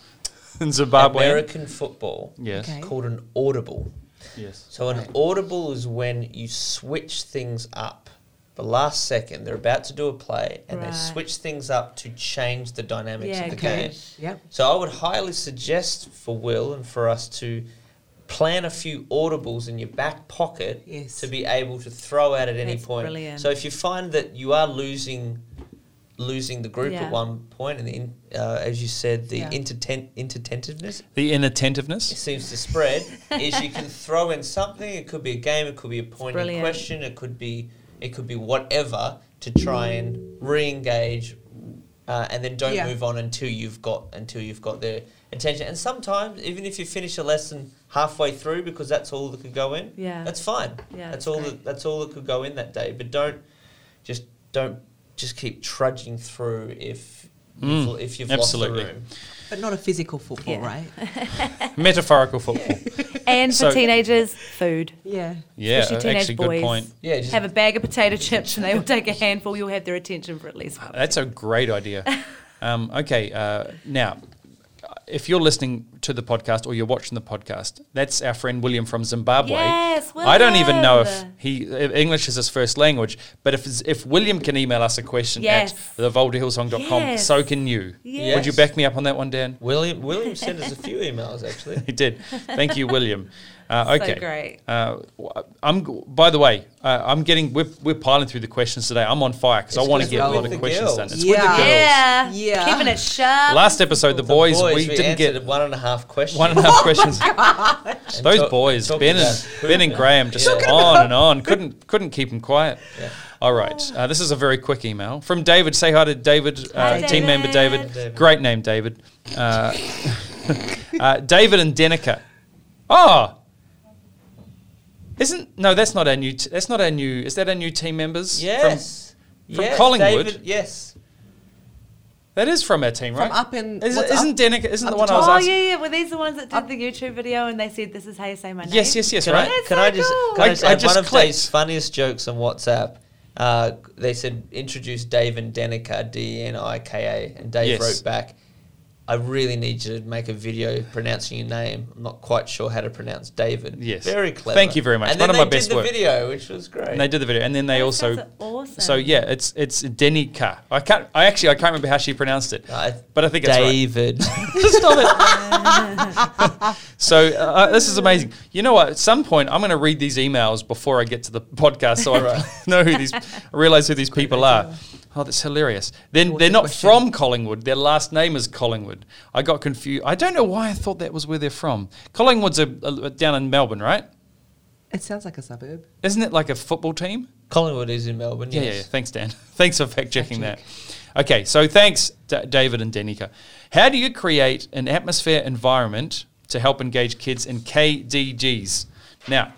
Speaker 1: In Zimbabwe.
Speaker 4: American football
Speaker 1: Yes.
Speaker 3: Okay.
Speaker 4: called an audible.
Speaker 1: Yes.
Speaker 4: So an audible is when you switch things up. The last second, they're about to do a play, and they
Speaker 2: Right.
Speaker 4: switch things up to change the dynamics
Speaker 2: Yeah,
Speaker 4: of the
Speaker 2: okay.
Speaker 4: game.
Speaker 3: Yeah.
Speaker 4: So I would highly suggest for Will and for us to plan a few audibles in your back pocket
Speaker 3: Yes.
Speaker 4: to be able to throw out at any
Speaker 2: That's
Speaker 4: point.
Speaker 2: brilliant.
Speaker 4: So if you find that you are losing losing the group
Speaker 2: Yeah.
Speaker 4: at one point and the in, uh, as you said the
Speaker 3: Yeah.
Speaker 4: intertent inattentiveness
Speaker 1: The inattentiveness.
Speaker 4: seems to spread is you can throw in something it could be a game it could be a point in
Speaker 2: brilliant.
Speaker 4: question it could be it could be whatever to try and re-engage uh, and then don't
Speaker 3: Yeah.
Speaker 4: move on until you've got until you've got their attention and sometimes even if you finish a lesson halfway through because that's all that could go in
Speaker 2: Yeah.
Speaker 4: that's fine
Speaker 2: Yeah,
Speaker 4: that's
Speaker 2: that's
Speaker 4: all
Speaker 2: great.
Speaker 4: that, that's all that could go in that day but don't just don't just keep trudging through if
Speaker 1: Mm,
Speaker 4: you've, if you've
Speaker 1: absolutely.
Speaker 4: lost the room
Speaker 3: But not a physical football,
Speaker 2: Yeah.
Speaker 3: right?
Speaker 1: Metaphorical football.
Speaker 2: And for
Speaker 1: So-
Speaker 2: teenagers, food.
Speaker 3: Yeah.
Speaker 1: Yeah,
Speaker 2: Especially
Speaker 1: uh,
Speaker 2: teenage
Speaker 1: actually, good
Speaker 2: boys.
Speaker 1: point.
Speaker 4: yeah just
Speaker 2: Have a bag of potato chips and they will take a handful. You'll have their attention for at least one.
Speaker 1: That's a great idea. Um, okay, uh, now, if you're listening to the podcast or you're watching the podcast, that's our friend William from Zimbabwe.
Speaker 2: Yes,
Speaker 1: I don't even know if
Speaker 2: William.
Speaker 1: he if English is his first language, but if if William can email us a question
Speaker 2: Yes.
Speaker 1: at thevoldahillsong.com,
Speaker 2: Yes.
Speaker 1: so can you.
Speaker 2: Yes.
Speaker 1: Would you back me up on that one, Dan?
Speaker 4: William William sent us a few emails actually.
Speaker 1: He did. Thank you, William. Uh,
Speaker 2: So
Speaker 1: okay.
Speaker 2: great.
Speaker 1: Uh, w- I'm. g- By the way, uh, I'm getting. We're, we're piling through the questions today. I'm on fire because I
Speaker 4: It's
Speaker 1: want to
Speaker 4: 'cause
Speaker 1: get a
Speaker 4: we're
Speaker 1: lot
Speaker 4: with
Speaker 1: of
Speaker 4: the
Speaker 1: questions done.
Speaker 4: girls.
Speaker 1: It's
Speaker 3: Yeah.
Speaker 1: with the girls.
Speaker 2: Yeah.
Speaker 3: Yeah.
Speaker 2: Keeping it sharp.
Speaker 1: Last episode, the,
Speaker 4: The
Speaker 1: boys, we, didn't
Speaker 4: answered
Speaker 1: get
Speaker 4: one and a half questions.
Speaker 1: one and a half questions.
Speaker 4: And
Speaker 1: Those
Speaker 4: talk-
Speaker 1: boys,
Speaker 4: talked
Speaker 1: Ben
Speaker 4: about
Speaker 1: and
Speaker 4: poop
Speaker 1: Ben and Graham, just on and on. Couldn't couldn't keep them quiet.
Speaker 4: Yeah.
Speaker 1: All right, uh, this is a very quick email from David. Say hi to David, uh,
Speaker 2: Hi,
Speaker 1: team member
Speaker 2: David.
Speaker 1: David.
Speaker 4: David.
Speaker 1: Great name, David. Uh, uh, David and Denica. Oh, isn't no? That's not our new. T- that's not our new. Is that our new team members?
Speaker 4: Yes.
Speaker 1: from
Speaker 4: yes,
Speaker 1: Collingwood?
Speaker 4: David, yes.
Speaker 1: From, that is from our team, right?
Speaker 3: From up in-
Speaker 1: Is,
Speaker 3: what's up-
Speaker 1: isn't Denica? Isn't the
Speaker 3: up the
Speaker 1: one I was
Speaker 2: Oh
Speaker 1: asking?
Speaker 2: yeah, yeah. Were these the ones that did
Speaker 3: Uh,
Speaker 2: the YouTube video and they said this is how you say my name?
Speaker 1: Yes, yes, yes.
Speaker 4: Can
Speaker 1: right.
Speaker 4: I,
Speaker 2: That's
Speaker 4: can
Speaker 2: so
Speaker 4: I just,
Speaker 2: cool.
Speaker 4: can I
Speaker 1: I-
Speaker 4: just
Speaker 1: I
Speaker 4: add
Speaker 1: just
Speaker 4: one of
Speaker 1: clicked.
Speaker 4: Dave's funniest jokes on WhatsApp? Uh, they said introduce Dave and Denica, D E N I K A, and Dave
Speaker 1: Yes.
Speaker 4: wrote back, "I really need you to make a video pronouncing your name. I'm not quite sure how to pronounce David.
Speaker 1: Yes.
Speaker 4: very clever.
Speaker 1: Thank you very much.
Speaker 4: And
Speaker 1: One
Speaker 4: then
Speaker 1: of my
Speaker 4: they
Speaker 1: best
Speaker 4: did the
Speaker 1: work.
Speaker 4: video, which was great.
Speaker 1: And they did the video, and then they
Speaker 2: Those
Speaker 1: also
Speaker 2: guys are awesome.
Speaker 1: So yeah, it's it's Denica. I can't. I actually I can't remember how she pronounced it,
Speaker 4: Uh,
Speaker 1: but I think it's right.
Speaker 4: David.
Speaker 1: So uh, this is amazing. You know what? At some point, I'm going to read these emails before I get to the podcast, so I
Speaker 4: Right.
Speaker 1: know who these, I realize who these people are. Oh, that's hilarious. Then
Speaker 3: What's
Speaker 1: they're
Speaker 3: the
Speaker 1: not
Speaker 3: question?
Speaker 1: from Collingwood. Their last name is Collingwood. I got confused. I don't know why I thought that was where they're from. Collingwood's a, a, down in Melbourne, right?
Speaker 3: It sounds like a suburb.
Speaker 1: Isn't it like a football team?
Speaker 4: Collingwood is in Melbourne.
Speaker 1: Yeah, yeah,
Speaker 4: yes.
Speaker 1: yeah. Thanks, Dan. Thanks for fact checking that. Okay, so thanks, D- David and Denika. How do you create an atmosphere environment to help engage kids in KDGs? Now,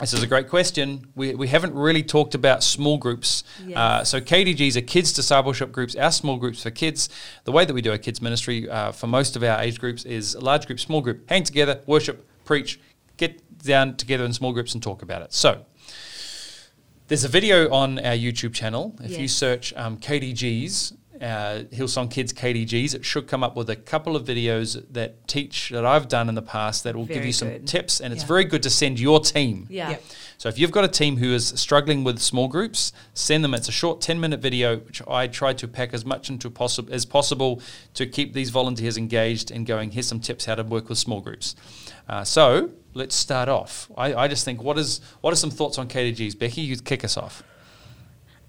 Speaker 1: this is a great question. We, we haven't really talked about small groups. Uh,
Speaker 2: Yes.
Speaker 1: so, KDGs are kids' discipleship groups, our small groups for kids. The way that we do our kids' ministry uh, for most of our age groups is large group, small group, hang together, worship, preach, get down together in small groups and talk about it. So, there's a video on our YouTube channel. If you
Speaker 2: Yes.
Speaker 1: search um, KDGs, uh, Hillsong Kids KDGs, it should come up with a couple of videos that teach that I've done in the past that will give
Speaker 2: Very
Speaker 1: you some
Speaker 2: good.
Speaker 1: tips. And it's
Speaker 3: Yeah.
Speaker 1: very good to send your team.
Speaker 2: Yeah.
Speaker 3: Yep.
Speaker 1: So if you've got a team who is struggling with small groups, send them. It's a short 10 minute video, which I try to pack as much into possible as possible to keep these volunteers engaged and going, here's some tips how to work with small groups. Uh, so let's start off. I, I just think, what is what are some thoughts on KDGs? Becky, you kick us off.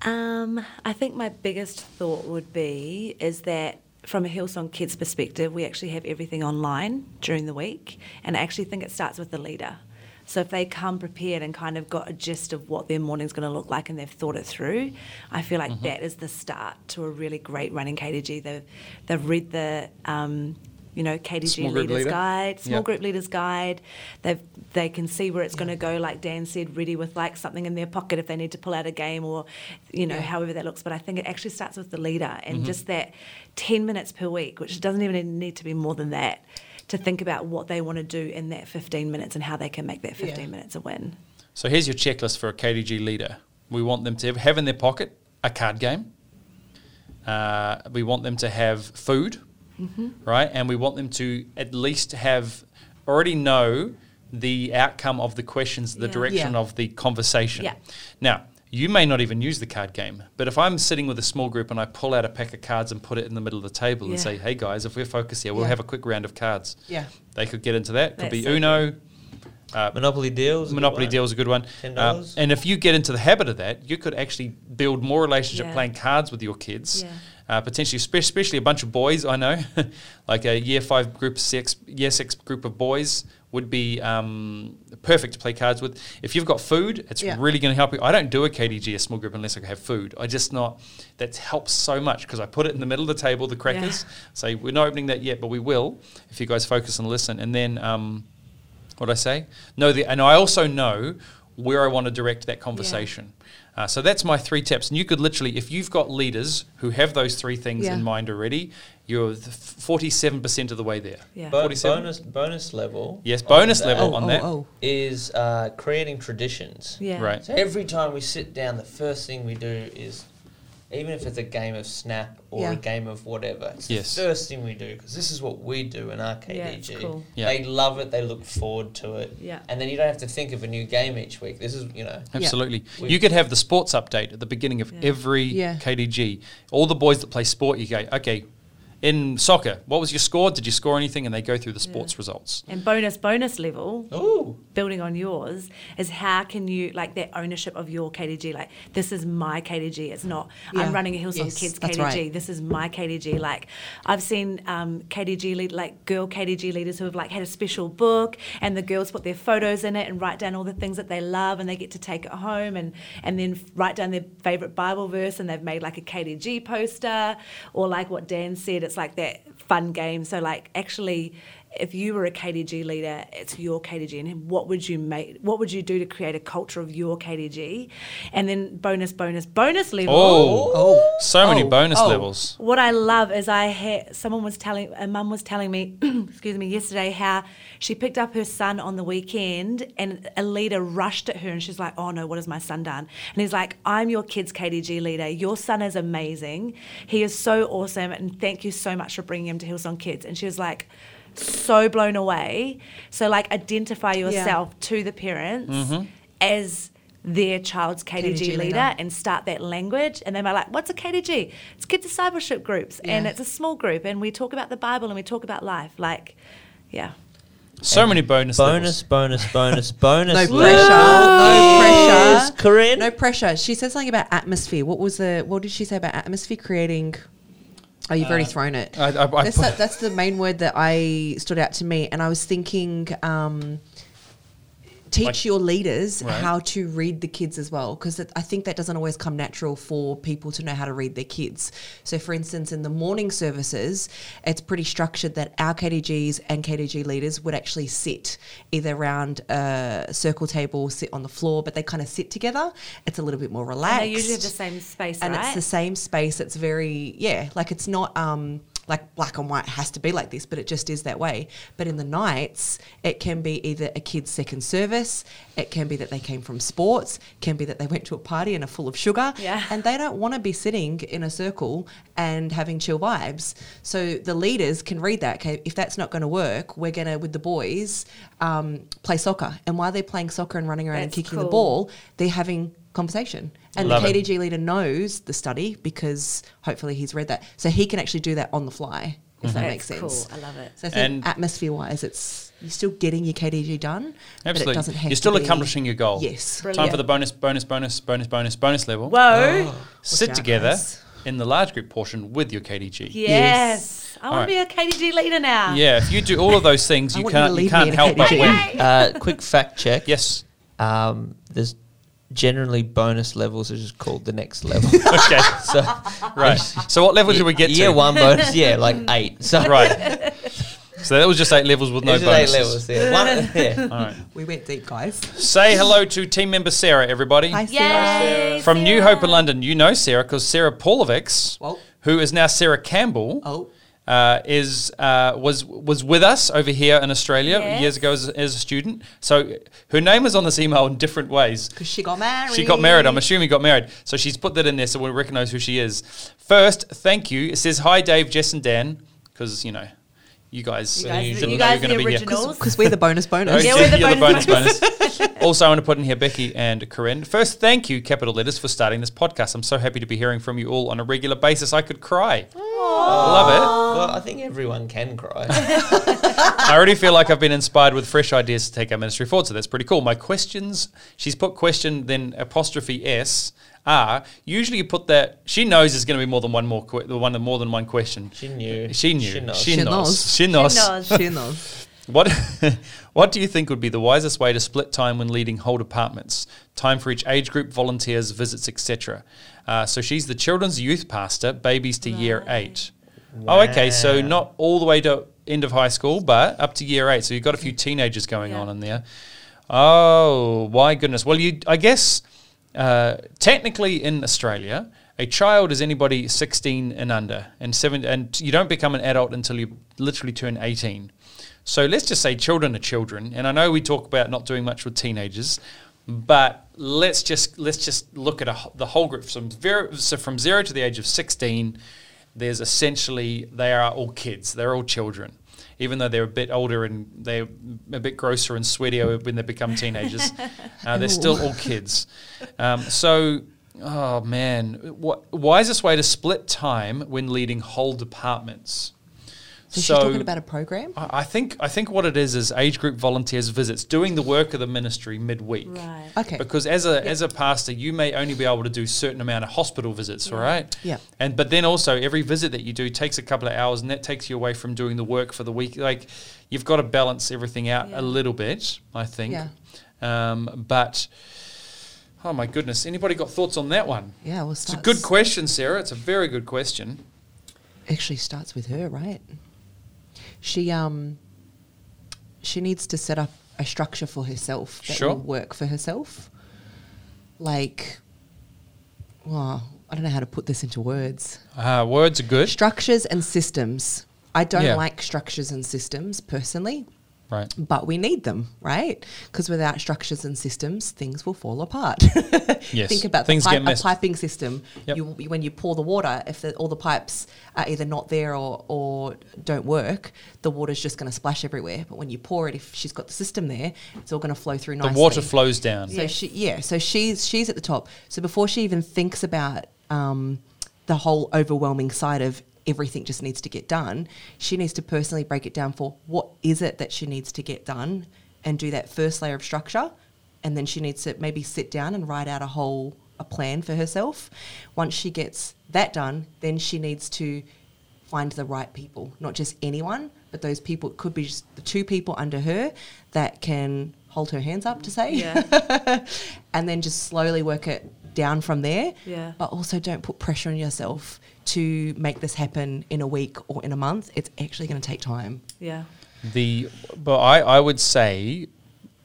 Speaker 2: Um, I think my biggest thought would be is that from a Hillsong Kids perspective, we actually have everything online during the week, and I actually think it starts with the leader. So if they come prepared and kind of got a gist of what their morning's going to look like and they've thought it through, I feel
Speaker 1: Mm-hmm.
Speaker 2: like that is the start to a really great running KDG. They've they've read the um, you know KDG
Speaker 1: Small group
Speaker 2: leaders
Speaker 1: leader.
Speaker 2: guide, small
Speaker 1: Yeah.
Speaker 2: group leaders guide. They've they can see where it's going to go. Like Dan said, ready with like something in their pocket if they need to pull out a game or, you know, however that looks. But I think it actually starts with the leader
Speaker 3: Mm-hmm.
Speaker 2: and just that ten minutes per week, which doesn't even need to be more than that, to think about what they want to do in that fifteen minutes and how they can make that
Speaker 3: Yeah.
Speaker 2: fifteen minutes a win.
Speaker 1: So here's your checklist for a KDG leader. We want them to have- have in their pocket a card game. Uh, we want them to have food,
Speaker 2: Mm-hmm.
Speaker 1: right? And we want them to at least have already know the outcome of the questions, the
Speaker 2: Yeah.
Speaker 1: direction
Speaker 3: Yeah.
Speaker 1: of the conversation.
Speaker 2: Yeah.
Speaker 1: Now, you may not even use the card game, but if I'm sitting with a small group and I pull out a pack of cards and put it in the middle of the table and
Speaker 2: Yeah.
Speaker 1: say, "Hey guys, if we're focused here, we'll
Speaker 3: Yeah.
Speaker 1: have a quick round of cards."
Speaker 3: Yeah.
Speaker 1: They could get into that. Could
Speaker 2: That's
Speaker 1: be
Speaker 2: so
Speaker 1: Uno. Uh,
Speaker 4: Monopoly deals.
Speaker 1: Monopoly deal is a good one.
Speaker 4: $10.
Speaker 1: Um, and if you get into the habit of that, you could actually build more relationship
Speaker 2: Yeah.
Speaker 1: playing cards with your kids.
Speaker 2: Yeah.
Speaker 1: Uh, potentially, spe- especially a bunch of boys, I know, like a year five group, six, year six group of boys would be um, perfect to play cards with. If you've got food, it's
Speaker 3: Yeah.
Speaker 1: really going to help you. I don't do a KDG, a small group, unless I have food. I just not, that helps so much because I put it in the middle of the table, the crackers. Say, we're not opening that yet, but we will if you guys focus and listen. And then, um, what I say? No, the, and I also know where I want to direct that conversation. Uh, so that's my three tips. And you could literally, if you've got leaders who have those three things
Speaker 3: Yeah.
Speaker 1: in mind already, you're th- 47% of the way there.
Speaker 2: Yeah.
Speaker 4: Bo-
Speaker 1: 47?
Speaker 4: bonus bonus level.
Speaker 1: Yes,
Speaker 4: on
Speaker 1: bonus
Speaker 4: that
Speaker 1: level
Speaker 3: Oh,
Speaker 1: on
Speaker 3: oh,
Speaker 1: that.
Speaker 3: oh.
Speaker 4: is uh, creating traditions.
Speaker 2: Yeah.
Speaker 1: Right.
Speaker 4: So every time we sit down, the first thing we do is, even if it's a game of Snap or
Speaker 3: Yeah.
Speaker 4: a game of whatever, it's
Speaker 1: Yes.
Speaker 4: the first thing we do because this is what we do in our
Speaker 2: Yeah, it's
Speaker 4: KDG.
Speaker 2: cool.
Speaker 1: Yeah.
Speaker 4: They love it. They look forward to it.
Speaker 2: Yeah.
Speaker 4: And then you don't have to think of a new game each week. This is you know.
Speaker 3: Yeah.
Speaker 1: Absolutely.
Speaker 4: We-
Speaker 1: You could have the sports update at the beginning of
Speaker 2: Yeah.
Speaker 1: every
Speaker 3: Yeah.
Speaker 1: KDG. All the boys that play sport, you go, okay, in soccer, what was your score? Did you score anything? And they go through the sports results.
Speaker 2: And bonus, bonus level,
Speaker 4: Ooh.
Speaker 2: building on yours is how can you like that ownership of your KDG? Like this is my KDG. It's not
Speaker 3: Yeah.
Speaker 2: I'm running a Hillsong
Speaker 3: Yes,
Speaker 2: Kids
Speaker 3: that's
Speaker 2: KDG.
Speaker 3: right.
Speaker 2: This is my KDG. Like I've seen um, KDG lead, like girl KDG leaders who have like had a special book and the girls put their photos in it and write down all the things that they love and they get to take it home and and then write down their favorite Bible verse and they've made like a KDG poster or like what Dan said. It's like that fun game. So like actually if you were a KDG leader, it's your KDG, and what would you make? What would you do to create a culture of your KDG? And then bonus, bonus, bonus level.
Speaker 1: Oh,
Speaker 3: Oh.
Speaker 1: so many
Speaker 3: Oh.
Speaker 1: bonus
Speaker 3: Oh.
Speaker 1: levels.
Speaker 2: What I love is I had someone was telling a mum was telling me, excuse me, yesterday how she picked up her son on the weekend and a leader rushed at her and she's like, Oh no, what has my son done? And he's like, I'm your kid's KDG leader. Your son is amazing. He is so awesome and thank you so much for bringing him to Hillsong Kids. And she was like, so blown away. So like identify yourself to the parents as their child's KDG,
Speaker 3: KDG
Speaker 2: leader
Speaker 3: leader.
Speaker 2: and start that language. And they might like, what's a KDG? It's kid discipleship groups, and
Speaker 3: Yeah.
Speaker 2: it's a small group, and we talk about the Bible and we talk about life. Like, yeah.
Speaker 1: So many bonus.
Speaker 4: Bonus,
Speaker 1: Bonus.
Speaker 4: bonus, bonus, bonus.
Speaker 3: No pressure.
Speaker 4: level.
Speaker 3: No
Speaker 4: Yes,
Speaker 3: pressure.
Speaker 4: Corinne.
Speaker 3: No pressure. She said something about atmosphere. What was the? What did she say about atmosphere creating? Oh, you've already thrown it.
Speaker 1: I- I- I
Speaker 3: that's,
Speaker 1: put-
Speaker 3: the, that's the main word that I stood out to me, and I was thinking. Um, Teach
Speaker 1: Like-
Speaker 3: your leaders
Speaker 1: Right.
Speaker 3: how to read the kids as well, because I think that doesn't always come natural for people to know how to read their kids. So, for instance, in the morning services, it's pretty structured that our KDGs and KDG leaders would actually sit either around a circle table, sit on the floor, but they kind of sit together. It's a little bit more relaxed
Speaker 2: And they usually have the same space,
Speaker 3: and
Speaker 2: right?
Speaker 3: it's the same space it's very yeah like it's not um like black and white has to be like this but it just is that way but in the nights it can be either a kid's second service it can be that they came from sports can be that they went to a party and are full of sugar
Speaker 2: Yeah.
Speaker 3: and they don't want to be sitting in a circle and having chill vibes so the leaders can read that okay if that's not going to work we're going to with the boys um, play soccer and while they're playing soccer and running around and
Speaker 2: That's
Speaker 3: kicking the
Speaker 2: cool.
Speaker 3: ball they're having conversation and
Speaker 1: Love
Speaker 3: the
Speaker 1: it.
Speaker 3: KDG KDG leader knows the study because hopefully he's read that, so he can actually do that on the fly. If that
Speaker 2: That's
Speaker 3: makes sense.
Speaker 2: cool. I love it.
Speaker 3: So I
Speaker 1: Mm-hmm. And-
Speaker 3: think atmosphere-wise, it's you're still getting your KDG done, but
Speaker 1: Absolutely.
Speaker 3: it doesn't have
Speaker 1: You're still
Speaker 3: to be-
Speaker 1: accomplishing your goal.
Speaker 3: Yes.
Speaker 1: Time
Speaker 2: Brilliant.
Speaker 1: for the bonus, bonus, bonus, bonus, bonus, bonus level.
Speaker 2: Whoa.
Speaker 1: Sit
Speaker 3: Watch out,
Speaker 1: together
Speaker 3: guys.
Speaker 1: in the large group portion with your KDG.
Speaker 2: Yes.
Speaker 3: Yes.
Speaker 2: I want to be a KDG leader now.
Speaker 1: Yeah, if you do all of those things,
Speaker 3: I
Speaker 1: you
Speaker 3: want you to
Speaker 1: can't you
Speaker 3: leave me
Speaker 1: can't
Speaker 3: in a
Speaker 1: help but
Speaker 3: KDG.
Speaker 1: win.
Speaker 4: Uh, quick fact check.
Speaker 1: Yes.
Speaker 4: Um, there's generally bonus levels, which is called the next level.
Speaker 1: Okay.
Speaker 4: so
Speaker 1: Right. So what level did we get to?
Speaker 4: year one bonus, yeah, like eight. So
Speaker 1: Right. So that was just eight levels with no
Speaker 4: It's just
Speaker 1: bonuses.
Speaker 4: eight levels. Yeah. One, yeah.
Speaker 1: All right.
Speaker 3: We went deep, guys.
Speaker 1: Say hello to team member Sarah, everybody.
Speaker 3: Hi, Sarah.
Speaker 2: Yay,
Speaker 1: From New
Speaker 2: Sarah.
Speaker 1: Hope in London, you know Sarah because Sarah Paulovics,
Speaker 3: Well.
Speaker 1: who is now Sarah Campbell,
Speaker 3: Oh.
Speaker 1: uh, is uh, was was with us over here in Australia
Speaker 2: Yes.
Speaker 1: years ago as, as a student. So her name was on this email in different ways.
Speaker 3: Because she got married.
Speaker 1: She got married. I'm assuming got married. So she's put that in there so we recognize who she is. First, thank you. It says hi, Dave, Jess, and Dan, because you know you guys,
Speaker 2: You guys- you
Speaker 1: didn't know you
Speaker 2: guys
Speaker 1: were going
Speaker 2: the
Speaker 1: to be here.
Speaker 2: original.
Speaker 3: because we're the bonus bonus.
Speaker 2: Yeah, we're the
Speaker 1: You're
Speaker 2: bonus
Speaker 1: bonus. also, I want to put in here Becky and Corinne. First, thank you, capital letters, for starting this podcast. I'm so happy to be hearing from you all on a regular basis. I could cry. Love it.
Speaker 4: Well, I think everyone can cry.
Speaker 1: I already feel like I've been inspired with fresh ideas to take our ministry forward. So that's pretty cool. My questions, she's put question, then apostrophe S are usually you put that she knows there's going to be more than one more que- one more than one question.
Speaker 4: She knew.
Speaker 1: She knew.
Speaker 4: She knows.
Speaker 1: She
Speaker 3: She
Speaker 1: knows.
Speaker 3: knows.
Speaker 1: She knows.
Speaker 2: She knows.
Speaker 3: She knows.
Speaker 1: What What do you think would be the wisest way to split time when leading whole departments? Time for each age group, volunteers, visits, etc. Uh, so she's the children's youth pastor, babies to year eight. Oh, okay. So
Speaker 4: Wow.
Speaker 1: not all the way to end of high school, but up to year eight. So you've got a few teenagers going
Speaker 2: Yeah.
Speaker 1: on in there. Oh, my goodness. Well, you, I guess, uh, technically in Australia, a child is anybody 16 and under, and seven, and you don't become an adult until you literally turn 18. So let's just say children are children, and I know we talk about not doing much with teenagers, but let's just let's just look at a, wh- the whole group from zero, so from zero to the age of 16. There's essentially they are all kids, they're all children even though they're a bit older and they're a bit grosser and sweatier when they become teenagers, uh, they're still all kids. Um, so Oh man, what wisest way to split time when leading whole departments?
Speaker 3: So, she's talking about a program.
Speaker 1: I I think I think what it is is age group volunteers visits, doing the work of the ministry midweek.
Speaker 2: Right.
Speaker 3: Okay.
Speaker 1: Because as a as a pastor, you may only be able to do certain amount of hospital visits, all right?
Speaker 3: Yeah.
Speaker 1: And but then also every visit that you do takes a couple of hours, and that takes you away from doing the work for the week. Like you've got to balance everything out
Speaker 2: Yeah.
Speaker 1: a little bit, I think.
Speaker 3: Yeah.
Speaker 1: Um, but oh my goodness, anybody got thoughts on that one?
Speaker 3: yeah, well,
Speaker 1: It's a good question, Sarah. It's a very good question.
Speaker 3: actually starts with her, right? She um she needs to set up a structure for herself that
Speaker 1: Sure.
Speaker 3: will work for herself. Like well, I don't know how to put this into words.
Speaker 1: Uh, words are good,
Speaker 3: Structures and systems. I don't
Speaker 1: Yeah.
Speaker 3: like structures and systems personally,
Speaker 1: right?
Speaker 3: but we need them, right? Because without structures and systems, things will fall apart.
Speaker 1: Yes.
Speaker 3: Think about
Speaker 1: Things
Speaker 3: the
Speaker 1: get
Speaker 3: pipe, a
Speaker 1: messed.
Speaker 3: piping system.
Speaker 1: Yep.
Speaker 3: You, when you pour the water, if the, all the pipes are either not there or, or don't work, the water's just going to splash everywhere. But when you pour it, if she's got the system there, it's all going to flow through
Speaker 1: The
Speaker 3: nicely.
Speaker 1: water flows down.
Speaker 3: So she, yeah, so she's she's at the top. So before she even thinks about um, the whole overwhelming side of everything just needs to get done, she needs to personally break it down for what is it that she needs to get done, and do that first layer of structure, and then she needs to maybe sit down and write out a whole a plan for herself. Once she gets that done, then she needs to find the right people, not just anyone, but those people. It could be just the two people under her that can hold her hands up to say,
Speaker 2: Yeah.
Speaker 3: and then just slowly work it down from there.
Speaker 2: Yeah.
Speaker 3: But also don't put pressure on yourself to make this happen in a week or in a month. It's actually going to take time.
Speaker 2: Yeah.
Speaker 1: The but I, I would say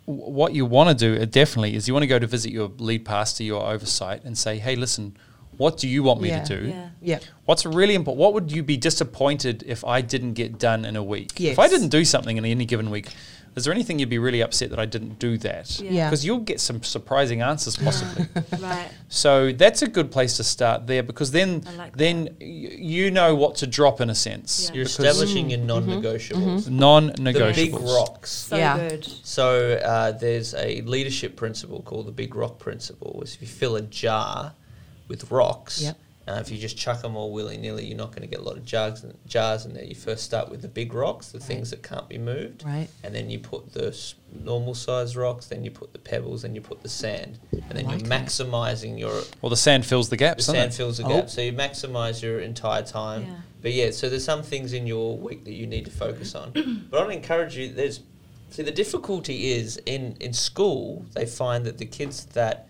Speaker 1: w- what you want to do uh, definitely is you want to go to visit your lead pastor, your oversight, and say, hey, listen, what do you want me
Speaker 3: Yeah.
Speaker 1: to do?
Speaker 2: Yeah.
Speaker 3: Yeah.
Speaker 1: What's really important? What would you be disappointed if I didn't get done in a week? If I
Speaker 3: Yes.
Speaker 1: didn't do something in any given week, is there anything you'd be really upset that I didn't do that?
Speaker 2: Yeah.
Speaker 3: Yeah.
Speaker 1: Because you'll get some surprising answers possibly.
Speaker 2: Right.
Speaker 1: So that's a good place to start there because then
Speaker 2: I like
Speaker 1: then y- you know what to drop in a sense.
Speaker 2: Yeah.
Speaker 4: You're
Speaker 1: Because
Speaker 4: establishing your
Speaker 1: Mm-hmm.
Speaker 4: non-negotiables, the
Speaker 1: non-negotiables.
Speaker 4: big rocks.
Speaker 2: So
Speaker 3: Yeah.
Speaker 2: good.
Speaker 4: So uh, there's a leadership principle called the Big Rock Principle. Is if you fill a jar with rocks,
Speaker 3: Yep.
Speaker 4: uh, if you just chuck them all willy nilly, you're not going to get a lot of jars in, jars in there. You first start with the big rocks, the things that can't be moved,
Speaker 3: Right.
Speaker 4: and then you put the s- normal sized rocks, then you put the pebbles, then you put the sand, and then
Speaker 3: I
Speaker 4: you're
Speaker 3: like that.
Speaker 4: maximizing your
Speaker 1: Well, the sand fills the
Speaker 4: the
Speaker 1: gaps. doesn't
Speaker 4: sand
Speaker 1: it?
Speaker 4: fills the
Speaker 3: Oh.
Speaker 4: gap, so you maximize your entire time.
Speaker 2: Yeah.
Speaker 4: But yeah, so there's some things in your week that you need to focus on. but I'd encourage you. There's see the difficulty is in in school they find that the kids that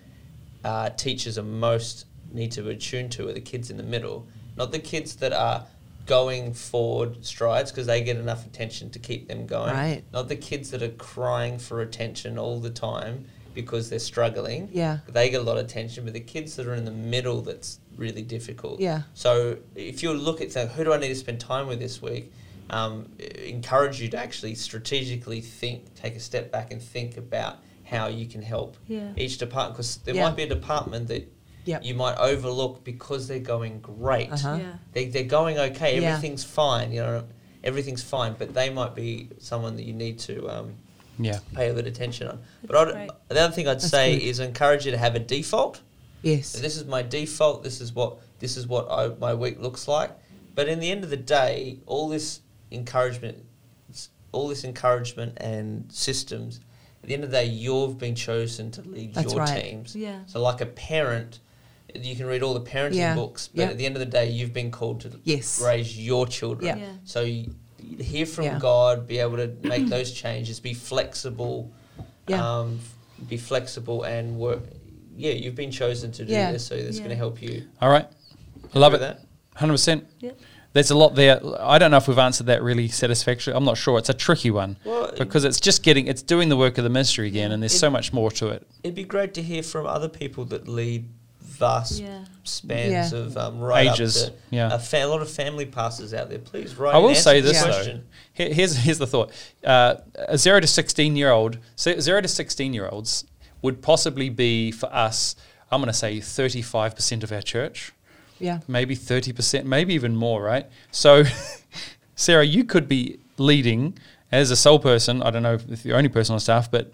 Speaker 4: uh, teachers are most need to attune to are the kids in the middle, not the kids that are going forward strides because they get enough attention to keep them going.
Speaker 3: Right.
Speaker 4: Not the kids that are crying for attention all the time because they're struggling
Speaker 3: Yeah.
Speaker 4: they get a lot of attention, but the kids that are in the middle, that's really difficult.
Speaker 3: Yeah.
Speaker 4: So if you look at saying, who do I need to spend time with this week, um, I- encourage you to actually strategically think, take a step back and think about how you can help
Speaker 2: Yeah.
Speaker 4: each department, because there
Speaker 3: Yeah.
Speaker 4: might be a department that
Speaker 3: Yep.
Speaker 4: you might overlook because they're going great.
Speaker 3: Uh-huh.
Speaker 2: Yeah.
Speaker 4: They, they're going okay,
Speaker 3: Yeah.
Speaker 4: everything's fine, you know, everything's fine, but they might be someone that you need to. Um,
Speaker 1: Yeah.
Speaker 4: pay a bit of attention on. But
Speaker 2: That's
Speaker 4: I'd,
Speaker 2: great.
Speaker 4: the other thing I'd
Speaker 3: That's
Speaker 4: say
Speaker 3: good.
Speaker 4: is encourage you to have a default. So
Speaker 3: Yes.
Speaker 4: this is my default. This is what this is what I, my week looks like. But in the end of the day, all this encouragement, all this encouragement and systems. At the end of the day, you've been chosen to lead
Speaker 3: That's
Speaker 4: your
Speaker 3: right.
Speaker 4: teams.
Speaker 2: Yeah.
Speaker 4: So like a parent, you can read all the parenting
Speaker 3: Yeah.
Speaker 4: books, but
Speaker 3: Yep.
Speaker 4: at the end of the day, you've been called to
Speaker 3: Yes.
Speaker 4: raise your children.
Speaker 3: Yeah.
Speaker 2: Yeah.
Speaker 4: So you you hear from
Speaker 3: Yeah.
Speaker 4: God, be able to make those changes, be flexible,
Speaker 3: Yeah.
Speaker 4: um, f- be flexible and work. Yeah, you've been chosen to do
Speaker 3: Yeah.
Speaker 4: this, so that's going to
Speaker 2: Yeah.
Speaker 4: help you.
Speaker 1: All right. I love
Speaker 4: with
Speaker 1: it.
Speaker 4: That.
Speaker 1: Hundred percent.
Speaker 2: Yep.
Speaker 1: There's a lot there. I don't know if we've answered that really satisfactorily. I'm not sure. It's a tricky one
Speaker 4: Well, it-
Speaker 1: because it's just getting it's doing the work of the ministry again, and there's
Speaker 4: It-
Speaker 1: so much more to it.
Speaker 4: It'd be great to hear from other people that lead vast
Speaker 2: Yeah.
Speaker 4: spans
Speaker 3: Yeah.
Speaker 4: of um, right
Speaker 1: Ages,
Speaker 4: Up to
Speaker 1: yeah.
Speaker 4: a, fa- a lot of family passes out there. Please write.
Speaker 1: I
Speaker 4: and
Speaker 1: will
Speaker 4: answer
Speaker 1: say this
Speaker 3: Yeah.
Speaker 1: though.
Speaker 4: question.
Speaker 1: Here- Here's here's the thought. Uh, a zero to sixteen year old, so zero to sixteen year olds would possibly be for us. I'm going to say thirty five percent of our church,
Speaker 3: Yeah.
Speaker 1: maybe thirty percent, maybe even more. Right. So, Sarah, you could be leading as a sole person. uh, I don't know if you're the only person on staff, but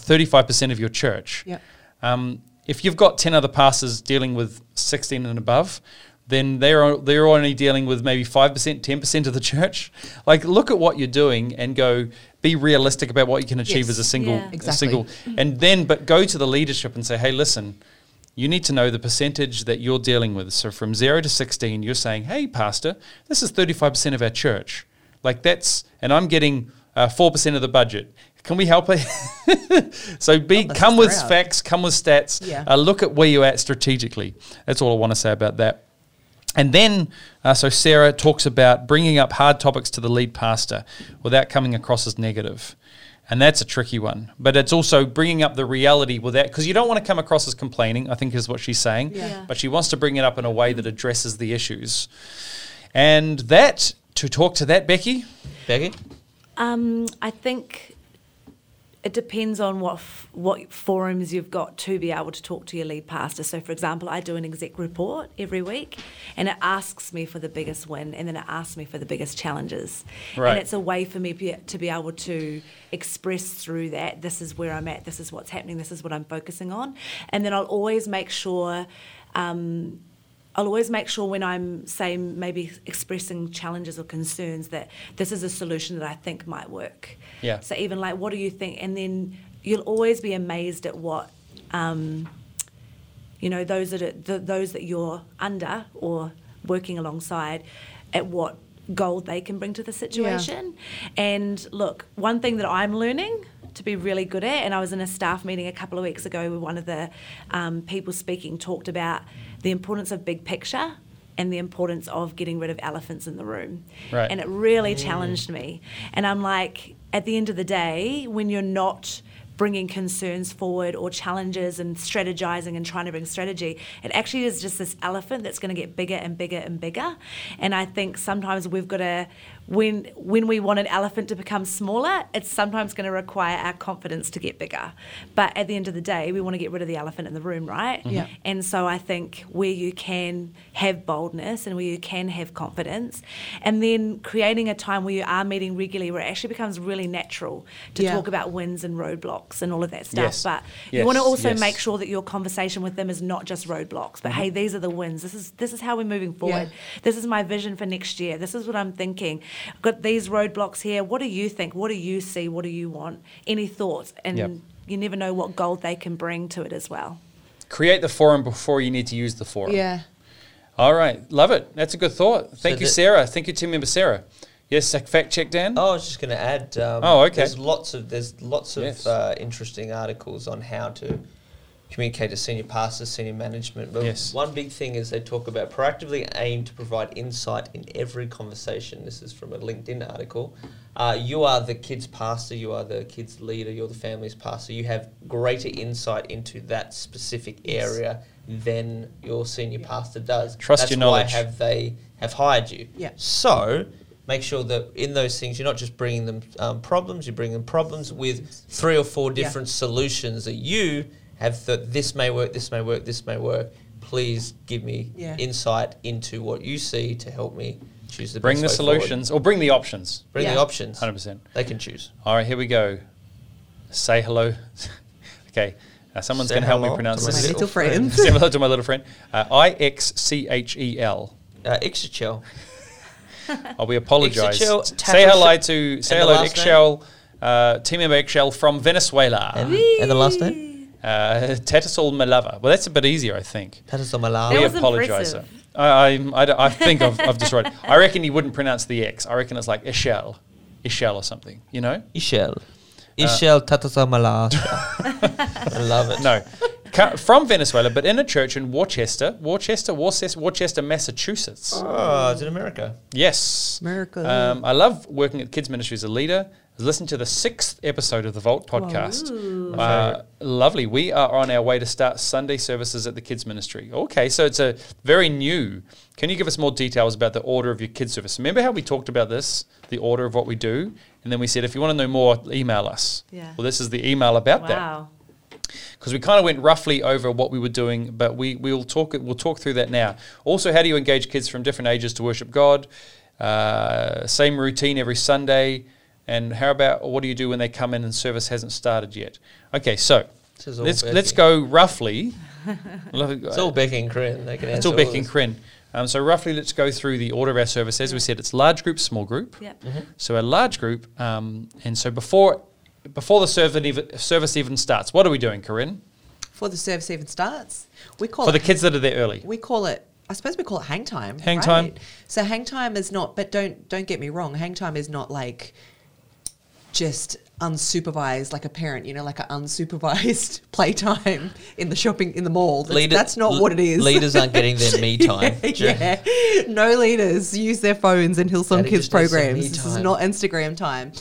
Speaker 1: thirty five percent of your church.
Speaker 3: Yep.
Speaker 1: Um, if you've got 10 other pastors dealing with 16 and above, then they're they're only dealing with maybe 5%, 10% of the church. Like look at what you're doing and go be realistic about what you can achieve
Speaker 3: Yes.
Speaker 1: as a single
Speaker 2: Yeah.
Speaker 1: a
Speaker 3: Exactly.
Speaker 1: single and then but go to the leadership and say, "Hey, listen, you need to know the percentage that you're dealing with. So from 0 to 16, you're saying, "Hey, pastor, this is 35% of our church." Like that's and I'm getting uh, 4% of the budget. Can we help it? so be
Speaker 3: Help us
Speaker 1: come with
Speaker 3: out.
Speaker 1: facts, come with stats.
Speaker 3: Yeah.
Speaker 1: Uh, look at where you're at strategically. That's all I want to say about that. And then, uh, so Sarah talks about bringing up hard topics to the lead pastor without coming across as negative. And that's a tricky one. But it's also bringing up the reality with that, because you don't want to come across as complaining, I think is what she's saying.
Speaker 2: Yeah. Yeah.
Speaker 1: But she wants to bring it up in a way that addresses the issues. And that, to talk to that, Becky,
Speaker 4: Becky?
Speaker 2: Um, I think it depends on what f- what forums you've got to be able to talk to your lead pastor. So, for example, I do an exec report every week, and it asks me for the biggest win, and then it asks me for the biggest challenges.
Speaker 1: Right.
Speaker 2: And it's a way for me be, to be able to express through that. This is where I'm at. This is what's happening. This is what I'm focusing on, and then I'll always make sure. I'll always make sure when I'm, say, maybe expressing challenges or concerns that this is a solution that I think might work.
Speaker 1: Yeah.
Speaker 2: So even like, what do you think? And then you'll always be amazed at what, um, you know, those that are, the, those that you're under or working alongside, at what gold they can bring to the situation. And look, one thing that I'm learning to be really good at, and I was in a staff meeting a couple of weeks ago where one of the um, people speaking talked about the importance of big picture and the importance of getting rid of elephants in the room.
Speaker 1: Right.
Speaker 2: And it really challenged me. And I'm like, at the end of the day, when you're not bringing concerns forward or challenges and strategizing and trying to bring strategy, it actually is just this elephant that's going to get bigger and bigger and bigger. And I think sometimes we've got to, when when we want an elephant to become smaller, it's sometimes going to require our confidence to get bigger. But at the end of the day, we want to get rid of the elephant in the room, right?
Speaker 3: Yeah.
Speaker 2: And so I think where you can have boldness and where you can have confidence, and then creating a time where you are meeting regularly where it actually becomes really natural to
Speaker 3: Yeah.
Speaker 2: talk about wins and roadblocks and all of that stuff.
Speaker 1: Yes.
Speaker 2: But
Speaker 1: Yes,
Speaker 2: you want to also
Speaker 1: yes. Mm-hmm.
Speaker 2: make sure that your conversation with them is not just roadblocks, but hey, these are the wins. This is this is how we're moving forward. This is my vision for next year. This is what I'm thinking. I've got these roadblocks here. What do you think? What do you see? What do you want? Any thoughts? And
Speaker 1: Yep.
Speaker 2: you never know what gold they can bring to it as well.
Speaker 1: create the forum before you need to use the forum.
Speaker 3: Yeah.
Speaker 1: All right. Love it. That's a good thought. Thank you,
Speaker 4: the-
Speaker 1: Sarah. Thank you, team member Sarah. Yes, sec- fact check, Dan.
Speaker 4: Oh, I was just going to add. Um,
Speaker 1: Oh, okay.
Speaker 4: There's lots of there's lots of
Speaker 1: Yes.
Speaker 4: uh, interesting articles on how to communicate to senior pastors, senior management. But
Speaker 1: Yes.
Speaker 4: one big thing is they talk about proactively aim to provide insight in every conversation. This is from a LinkedIn article. Uh, you are the kids' pastor. You are the kids' leader. You're the family's pastor. You have greater insight into that specific area than your senior pastor does.
Speaker 1: Trust
Speaker 4: That's
Speaker 1: your
Speaker 4: why
Speaker 1: knowledge.
Speaker 4: have they have hired you.
Speaker 3: Yeah.
Speaker 4: So make sure that in those things you're not just bringing them um, problems. You bring them problems with three or four
Speaker 3: Yeah.
Speaker 4: different solutions that you have. That this may work. This may work. This may work. Please give me
Speaker 3: Yeah.
Speaker 4: insight into what you see to help me choose the
Speaker 1: bring the
Speaker 4: best way forward.
Speaker 1: solutions or bring the options.
Speaker 4: Bring the
Speaker 3: Yeah.
Speaker 4: options.
Speaker 1: 100%.
Speaker 4: They can choose.
Speaker 1: All right, here we go. Say hello. okay, uh, someone's
Speaker 4: Say
Speaker 1: going to help me
Speaker 4: hello
Speaker 1: pronounce
Speaker 4: to
Speaker 3: My
Speaker 4: Little
Speaker 1: this.
Speaker 3: little
Speaker 4: friend.
Speaker 3: friends.
Speaker 1: Say hello to my little friend. Uh, I X C H E L.
Speaker 4: Uh, Ixchel.
Speaker 1: Oh, we apologise.
Speaker 4: Ixchel
Speaker 1: Say hello
Speaker 4: Tattleship.
Speaker 1: to say
Speaker 4: And the
Speaker 1: hello to
Speaker 4: last name?
Speaker 1: Ixchel, uh, team member Ixchel from Venezuela.
Speaker 4: And, Um, and the last name?
Speaker 1: Uh, Tatasol Malava. Well, that's a bit easier, I think.
Speaker 4: Patterson
Speaker 2: That
Speaker 1: we
Speaker 2: was
Speaker 1: apologise.
Speaker 2: impressive.
Speaker 1: I, I'm- I, don't- I think I've, I've just right. I reckon he wouldn't pronounce the X. I reckon it's like Ishel, Ishel or something. You know? Uh,
Speaker 4: Ishel. Ishel Tatasamala. I love it.
Speaker 1: No, Ca- from Venezuela, but in a church in Worcester, Worcester, Worcester, Worcester, Massachusetts.
Speaker 4: Oh, it's in America.
Speaker 1: Yes,
Speaker 3: America.
Speaker 1: Um, I love working at kids ministry as a leader. Listen to the sixth episode of the Vault podcast. Uh, lovely. We are on our way to start Sunday services at the kids ministry. Okay, so it's a very new. Can you give us more details about the order of your kids service? Remember how we talked about this, the order of what we do, and then we said if you want to know more, email us.
Speaker 2: Yeah.
Speaker 1: Well, this is the email about that
Speaker 2: Wow.
Speaker 1: because we kind of went roughly over what we were doing, but we we'll talk we'll talk through that now. Also, how do you engage kids from different ages to worship God? Uh, same routine every Sunday, and how about what do you do when they come in and service hasn't started yet? Okay, so
Speaker 4: This is all
Speaker 1: let's
Speaker 4: Becky.
Speaker 1: let's go roughly
Speaker 4: It's all Becky and Corinne. They can
Speaker 1: It's
Speaker 4: answer
Speaker 1: all
Speaker 4: all
Speaker 1: Beck and
Speaker 4: this.
Speaker 1: Corinne. Um, so roughly, let's go through the order of our service. As we said, it's large group, small group.
Speaker 2: Yep.
Speaker 4: Mm-hmm.
Speaker 1: So a large group, um, and so before before the service even, service even starts, what are we doing, Corinne?
Speaker 3: For the service even starts, we call
Speaker 1: For the
Speaker 3: it
Speaker 1: kids that are there early,
Speaker 3: we call it I suppose we call it hang time.
Speaker 1: Hang time.
Speaker 3: So hang time is not but don't don't get me wrong, hang time is not like just unsupervised like a parent, you know, like an unsupervised playtime in the shopping in the mall. That's,
Speaker 4: Leader-
Speaker 3: that's not what it is.
Speaker 4: Leaders aren't getting their me time. during-
Speaker 3: yeah. No leaders use their phones in Hillsong
Speaker 4: Daddy
Speaker 3: Kids
Speaker 4: just needs some
Speaker 3: programs.
Speaker 4: me
Speaker 3: This is
Speaker 4: time.
Speaker 3: not Instagram time.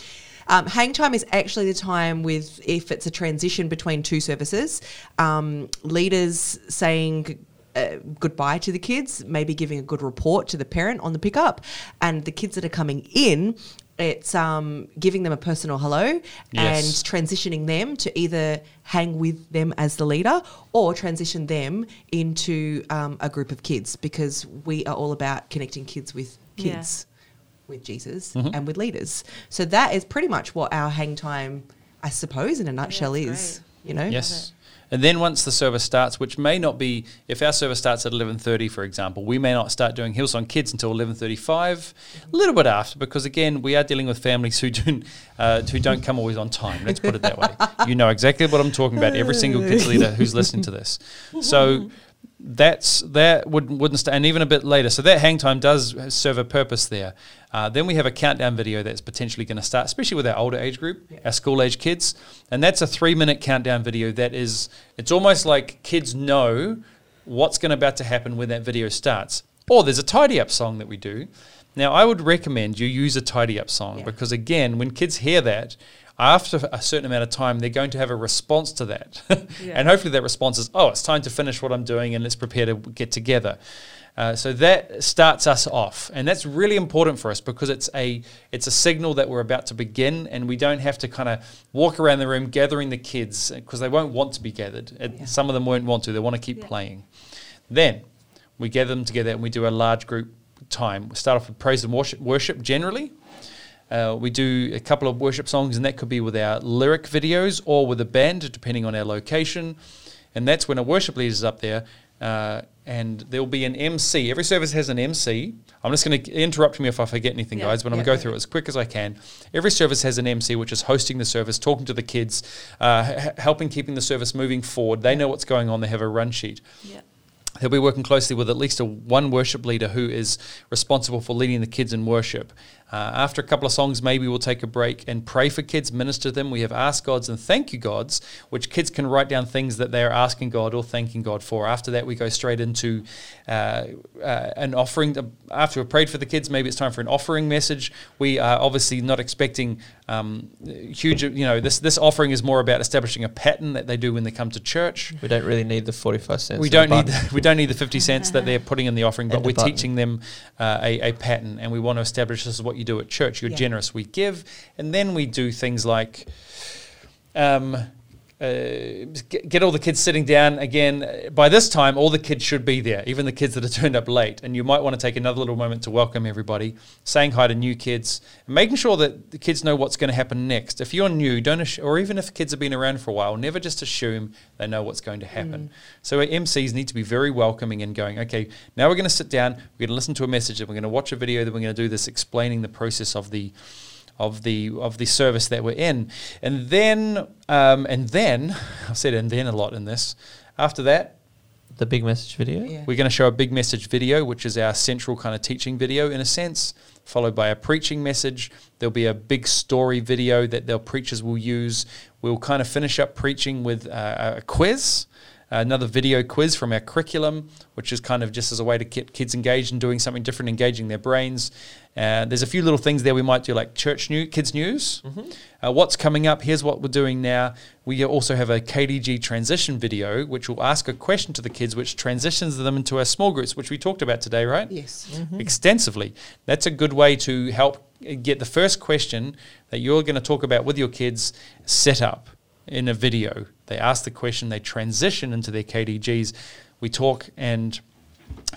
Speaker 3: Um, hang time is actually the time with if it's a transition between two services, um, leaders saying uh, goodbye to the kids, maybe giving a good report to the parent on the pickup, and the kids that are coming in. It's um, giving them a personal hello
Speaker 1: Yes.
Speaker 3: and transitioning them to either hang with them as the leader or transition them into um, a group of kids because we are all about connecting kids with
Speaker 2: Yeah.
Speaker 3: kids, with Jesus,
Speaker 1: Mm-hmm.
Speaker 3: and with leaders. So that is pretty much what our hang time, I suppose, in a nutshell,
Speaker 2: that's
Speaker 3: is. You know?
Speaker 1: yes. And then once the service starts, which may not be, if our service starts at eleven thirty, for example, we may not start doing Hillsong Kids until eleven thirty-five, a little bit after, because again, we are dealing with families who don't uh, who don't come always on time. Let's put it that way. You know exactly what I'm talking about. Every single kids leader who's listening to this. So that's that would, wouldn't stay, and even a bit later. So that hang time does serve a purpose there. Uh, then we have a countdown video that's potentially going to start, especially with our older age group, our school age kids, and that's a three minute countdown video. That is, it's almost like kids know what's going to about to happen when that video starts. Or there's a tidy up song that we do. Now I would recommend you use a tidy up song
Speaker 3: Yeah.
Speaker 1: because again, when kids hear that. After a certain amount of time, they're going to have a response to that.
Speaker 2: Yeah.
Speaker 1: And hopefully that response is, oh, it's time to finish what I'm doing and let's prepare to get together. Uh, so that starts us off, and that's really important for us because it's a it's a signal that we're about to begin, and we don't have to kind of walk around the room gathering the kids because they won't want to be gathered. And
Speaker 3: Yeah.
Speaker 1: Some of them won't want to; they want to keep
Speaker 2: Yeah.
Speaker 1: playing. Then we gather them together and we do a large group time. We start off with praise and worship, worship generally. Uh, we do a couple of worship songs, and that could be with our lyric videos or with a band, depending on our location. And that's when a worship leader is up there, uh, and there'll be an MC. Every service has an MC. I'm just going to interrupt me if I forget anything,
Speaker 2: Yeah,
Speaker 1: guys, but I'm
Speaker 3: yeah.
Speaker 1: going to go through it as quick as I can. Every service has an MC, which is hosting the service, talking to the kids, uh, h- helping keeping the service moving forward. They know what's going on, they have a run sheet.
Speaker 2: Yep.
Speaker 1: He'll be working closely with at least a one worship leader who is responsible for leading the kids in worship. Uh, after a couple of songs, maybe we'll take a break and pray for kids, minister them. We have ask gods and thank you gods, which kids can write down things that they are asking God or thanking God for. After that, we go straight into uh, uh, an offering. After we've prayed for the kids, maybe it's time for an offering message. We are obviously not expecting um, huge. You know, this this offering is more about establishing a pattern that they do when they come to church.
Speaker 4: We don't really need the 45 cents.
Speaker 1: We
Speaker 4: and the
Speaker 1: don't need
Speaker 4: button.
Speaker 1: the, we don't need the fifty cents that they're putting in the offering, but
Speaker 4: And the
Speaker 1: we're
Speaker 4: button.
Speaker 1: teaching them uh, a, a pattern, and we want to establish this is what you do at church. You're
Speaker 3: Yeah.
Speaker 1: generous, we give, and then we do things like. Um, uh, get, get all the kids sitting down again. Uh, By this time, all the kids should be there, even the kids that are turned up late. And you might want to take another little moment to welcome everybody, saying hi to new kids, and making sure that the kids know what's going to happen next. If you're new, don't, ass- or even if kids have been around for a while, never just assume they know what's going to happen. So our MCs need to be very welcoming and going, okay, now we're going to sit down, we're going to listen to a message, and we're going to watch a video, then we're going to do this explaining the process of the of the of the service that we're in, and then um, and then I've said and then a lot in this. After that,
Speaker 4: The big message video?
Speaker 3: Yeah.
Speaker 1: we're going to show a big message video, which is our central kind of teaching video in a sense, followed by a preaching message. There'll be a big story video that their preachers will use. We'll kind of finish up preaching with uh, a quiz. Another video quiz from our curriculum, which is kind of just as a way to get kids engaged and doing something different, engaging their brains. Uh, there's a few little things there we might do, like church new kids news, uh, what's coming up. Here's what we're doing now. We also have a KDG transition video, which will ask a question to the kids, which transitions them into our small groups, which we talked about today, right?
Speaker 3: Yes.
Speaker 1: extensively. That's a good way to help get the first question that you're going to talk about with your kids set up in a video. They ask the question, they transition into their KDGs. We talk and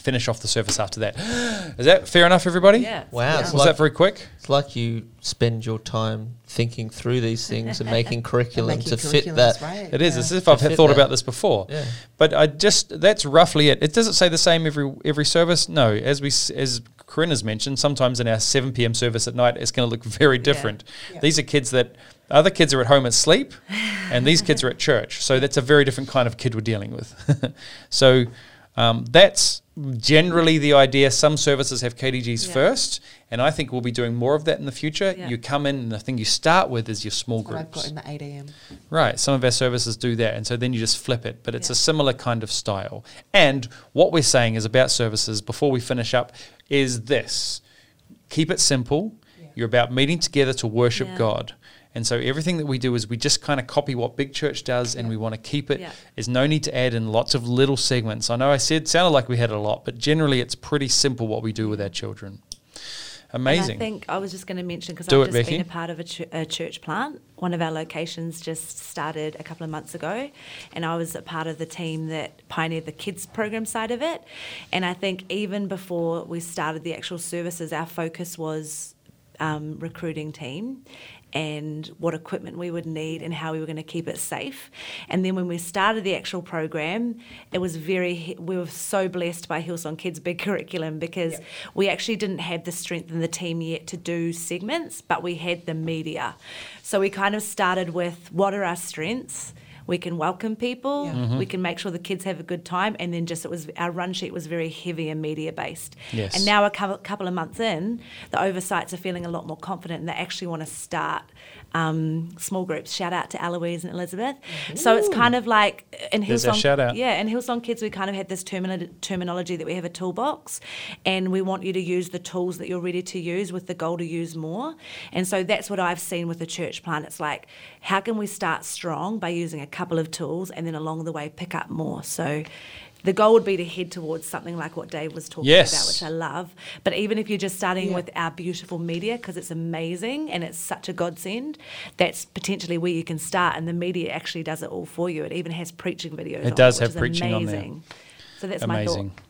Speaker 1: finish off the surface after that. Is that fair enough, everybody?
Speaker 2: Yeah.
Speaker 4: Wow,
Speaker 2: Yeah.
Speaker 1: Was
Speaker 4: It's like-
Speaker 1: that very quick?
Speaker 4: It's like you spend your time thinking through these things and making curriculum
Speaker 3: Making
Speaker 4: to fit
Speaker 3: curriculums,
Speaker 4: that.
Speaker 3: right,
Speaker 1: It is.
Speaker 3: yeah.
Speaker 1: It's as if I've
Speaker 4: To fit
Speaker 1: thought
Speaker 4: that.
Speaker 1: about this before.
Speaker 4: Yeah.
Speaker 1: But I just that's roughly it. It doesn't say the same every every service. No, as we s- as Corinne has mentioned, sometimes in our seven p.m. service at night, it's going to look very different.
Speaker 3: Yeah.
Speaker 1: These are kids that other kids are at home asleep, and these kids are at church. So that's a very different kind of kid we're dealing with. so um, that's generally the idea. Some services have KDGs
Speaker 2: Yeah.
Speaker 1: first, and I think we'll be doing more of that in the future.
Speaker 2: Yeah.
Speaker 1: You come in, and the thing you start with is your small
Speaker 3: What
Speaker 1: groups.
Speaker 3: I've got in the 8 a.m.
Speaker 1: Right. Some of our services do that. And so then you just flip it. But it's
Speaker 2: Yeah.
Speaker 1: a similar kind of style. And what we're saying is about services before we finish up is this keep it simple. You're about meeting together to worship
Speaker 2: Yeah.
Speaker 1: God. And so everything that we do is we just kind of copy what big church does and we want to keep it.
Speaker 2: Yeah.
Speaker 1: There's no need to add in lots of little segments. I know I said sounded like we had a lot, but generally it's pretty simple what we do with our children.
Speaker 2: And
Speaker 1: Amazing.
Speaker 2: I think I was just going to mention because
Speaker 1: Do
Speaker 2: I've
Speaker 1: it,
Speaker 2: just
Speaker 1: Becky.
Speaker 2: been a part of a, chu- a church plant. One of our locations just started a couple of months ago, and I was a part of the team that pioneered the kids program side of it. And I think even before we started the actual services, our focus was um, recruiting team and what equipment we would need and how we were going to keep it safe. And then when we started the actual program, it was very, we were so blessed by Hillsong Kids' big curriculum because we actually didn't have the strength in the team yet to do segments, but we had the media. So we kind of started with what are our strengths? We can welcome people.
Speaker 3: Yeah.
Speaker 2: We can make sure the kids have a good time, and then just it was our run sheet was very heavy and media based.
Speaker 1: Yes.
Speaker 2: And now a couple, couple of months in, the oversights are feeling a lot more confident, and they actually want to start um, small groups. Shout out to Eloise and Elizabeth. So it's kind of like in
Speaker 1: There's our
Speaker 2: Hillsong,
Speaker 1: shout out.
Speaker 2: yeah, in Hillsong Kids, we kind of had this termina- terminology that we have a toolbox, and we want you to use the tools that you're ready to use with the goal to use more. And so that's what I've seen with the church plant. It's like, how can we start strong by using a couple of tools, and then along the way pick up more? So. The goal would be to head towards something like what Dave was talking
Speaker 1: Yes.
Speaker 2: about, which I love. But even if you're just starting
Speaker 3: Yeah.
Speaker 2: with our beautiful media, because it's amazing and it's such a godsend, that's potentially where you can start. And the media actually does it all for you. It even has preaching
Speaker 1: It
Speaker 2: videos. on
Speaker 1: does
Speaker 2: Oh, which
Speaker 1: have
Speaker 2: is
Speaker 1: preaching on there.
Speaker 2: amazing. So that's
Speaker 1: Amazing.
Speaker 2: my thought.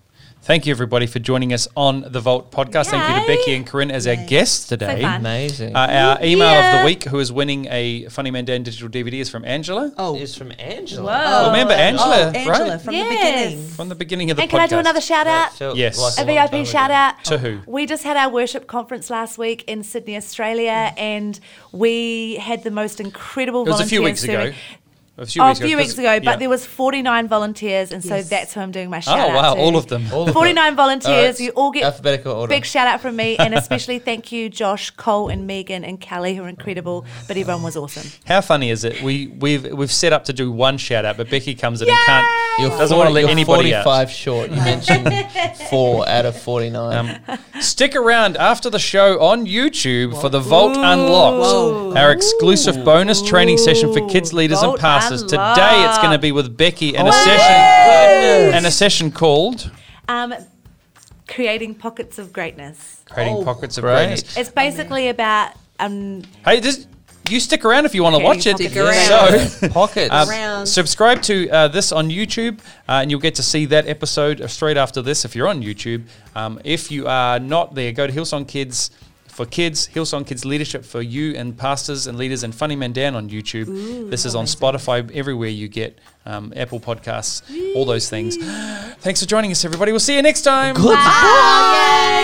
Speaker 1: Thank you, everybody, for joining us on the Vault podcast. Thank you to
Speaker 2: Yay.
Speaker 1: Becky and Corinne as our guests today.
Speaker 2: fun.
Speaker 4: Amazing.
Speaker 1: Uh, our email of
Speaker 2: Yeah.
Speaker 1: the week, who is winning a Funny Man Dan digital DVD, is from Angela.
Speaker 3: Oh,
Speaker 4: It's from Angela.
Speaker 2: Whoa.
Speaker 1: Oh, remember Angela,
Speaker 3: oh, Angela
Speaker 1: right?
Speaker 3: from
Speaker 2: Yes.
Speaker 3: the beginning.
Speaker 1: From the beginning of the
Speaker 2: And
Speaker 1: podcast.
Speaker 2: can I do another shout
Speaker 4: That
Speaker 2: out?
Speaker 4: felt
Speaker 1: Yes. Oh,
Speaker 4: like
Speaker 2: a
Speaker 4: long time ago.
Speaker 2: VIP shout out.
Speaker 1: To who?
Speaker 2: We just had our worship conference last week in Sydney, Australia, and we had the most incredible
Speaker 1: It was a few weeks
Speaker 2: volunteers
Speaker 1: ago.
Speaker 2: serving-
Speaker 1: A
Speaker 2: Oh, a
Speaker 1: ago,
Speaker 2: few
Speaker 1: 'cause-
Speaker 2: weeks ago, but
Speaker 1: yeah.
Speaker 2: there was 49 volunteers, and so
Speaker 3: Yes.
Speaker 2: that's who I'm doing my shout
Speaker 1: Oh,
Speaker 2: out
Speaker 1: wow,
Speaker 2: to.
Speaker 1: all of them.
Speaker 4: All of them.
Speaker 2: 49 volunteers,
Speaker 4: Alright,
Speaker 2: you all get
Speaker 4: alphabetical order.
Speaker 2: Big shout out from me, and especially thank you, Josh, Cole, and Megan, and Kelly, who are incredible. But everyone was awesome.
Speaker 1: How funny is it? We, we've, we've set up to do one shout out, but Becky comes in and can't.
Speaker 4: You're
Speaker 1: Doesn't wanna
Speaker 4: 40
Speaker 1: let
Speaker 4: you're
Speaker 1: anybody out.
Speaker 4: 45 short. You mentioned four out of 49.
Speaker 1: Um, Stick around after the show on YouTube for the Vault Unlocked,
Speaker 3: Whoa.
Speaker 1: our exclusive bonus training session for kids, leaders,
Speaker 2: Vault
Speaker 1: and pastors. Today it's going to
Speaker 2: Unlocked.
Speaker 1: be with Becky and a session and a session called
Speaker 2: Um, creating pockets of greatness.
Speaker 1: Creating
Speaker 3: Oh,
Speaker 1: Pockets of
Speaker 4: great.
Speaker 1: Greatness.
Speaker 2: It's basically about um,
Speaker 1: Hey, this, you stick around if you want to
Speaker 2: Creating
Speaker 1: watch it.
Speaker 2: Pockets
Speaker 3: Stick of
Speaker 1: So,
Speaker 3: around. Greatness.
Speaker 4: Pockets.
Speaker 1: Uh,
Speaker 3: Around.
Speaker 1: Subscribe to uh, this on YouTube, uh, and you'll get to see that episode straight after this if you're on YouTube. Um, if you are not there, go to Hillsong Kids for Kids, Hillsong Kids Leadership for You, and Pastors and Leaders, and Funny Man Dan on YouTube. this is on Spotify, everywhere you get um, Apple Podcasts, all those things. Thanks for joining us, everybody. We'll see you next time.
Speaker 4: Good.
Speaker 2: Wow, yay!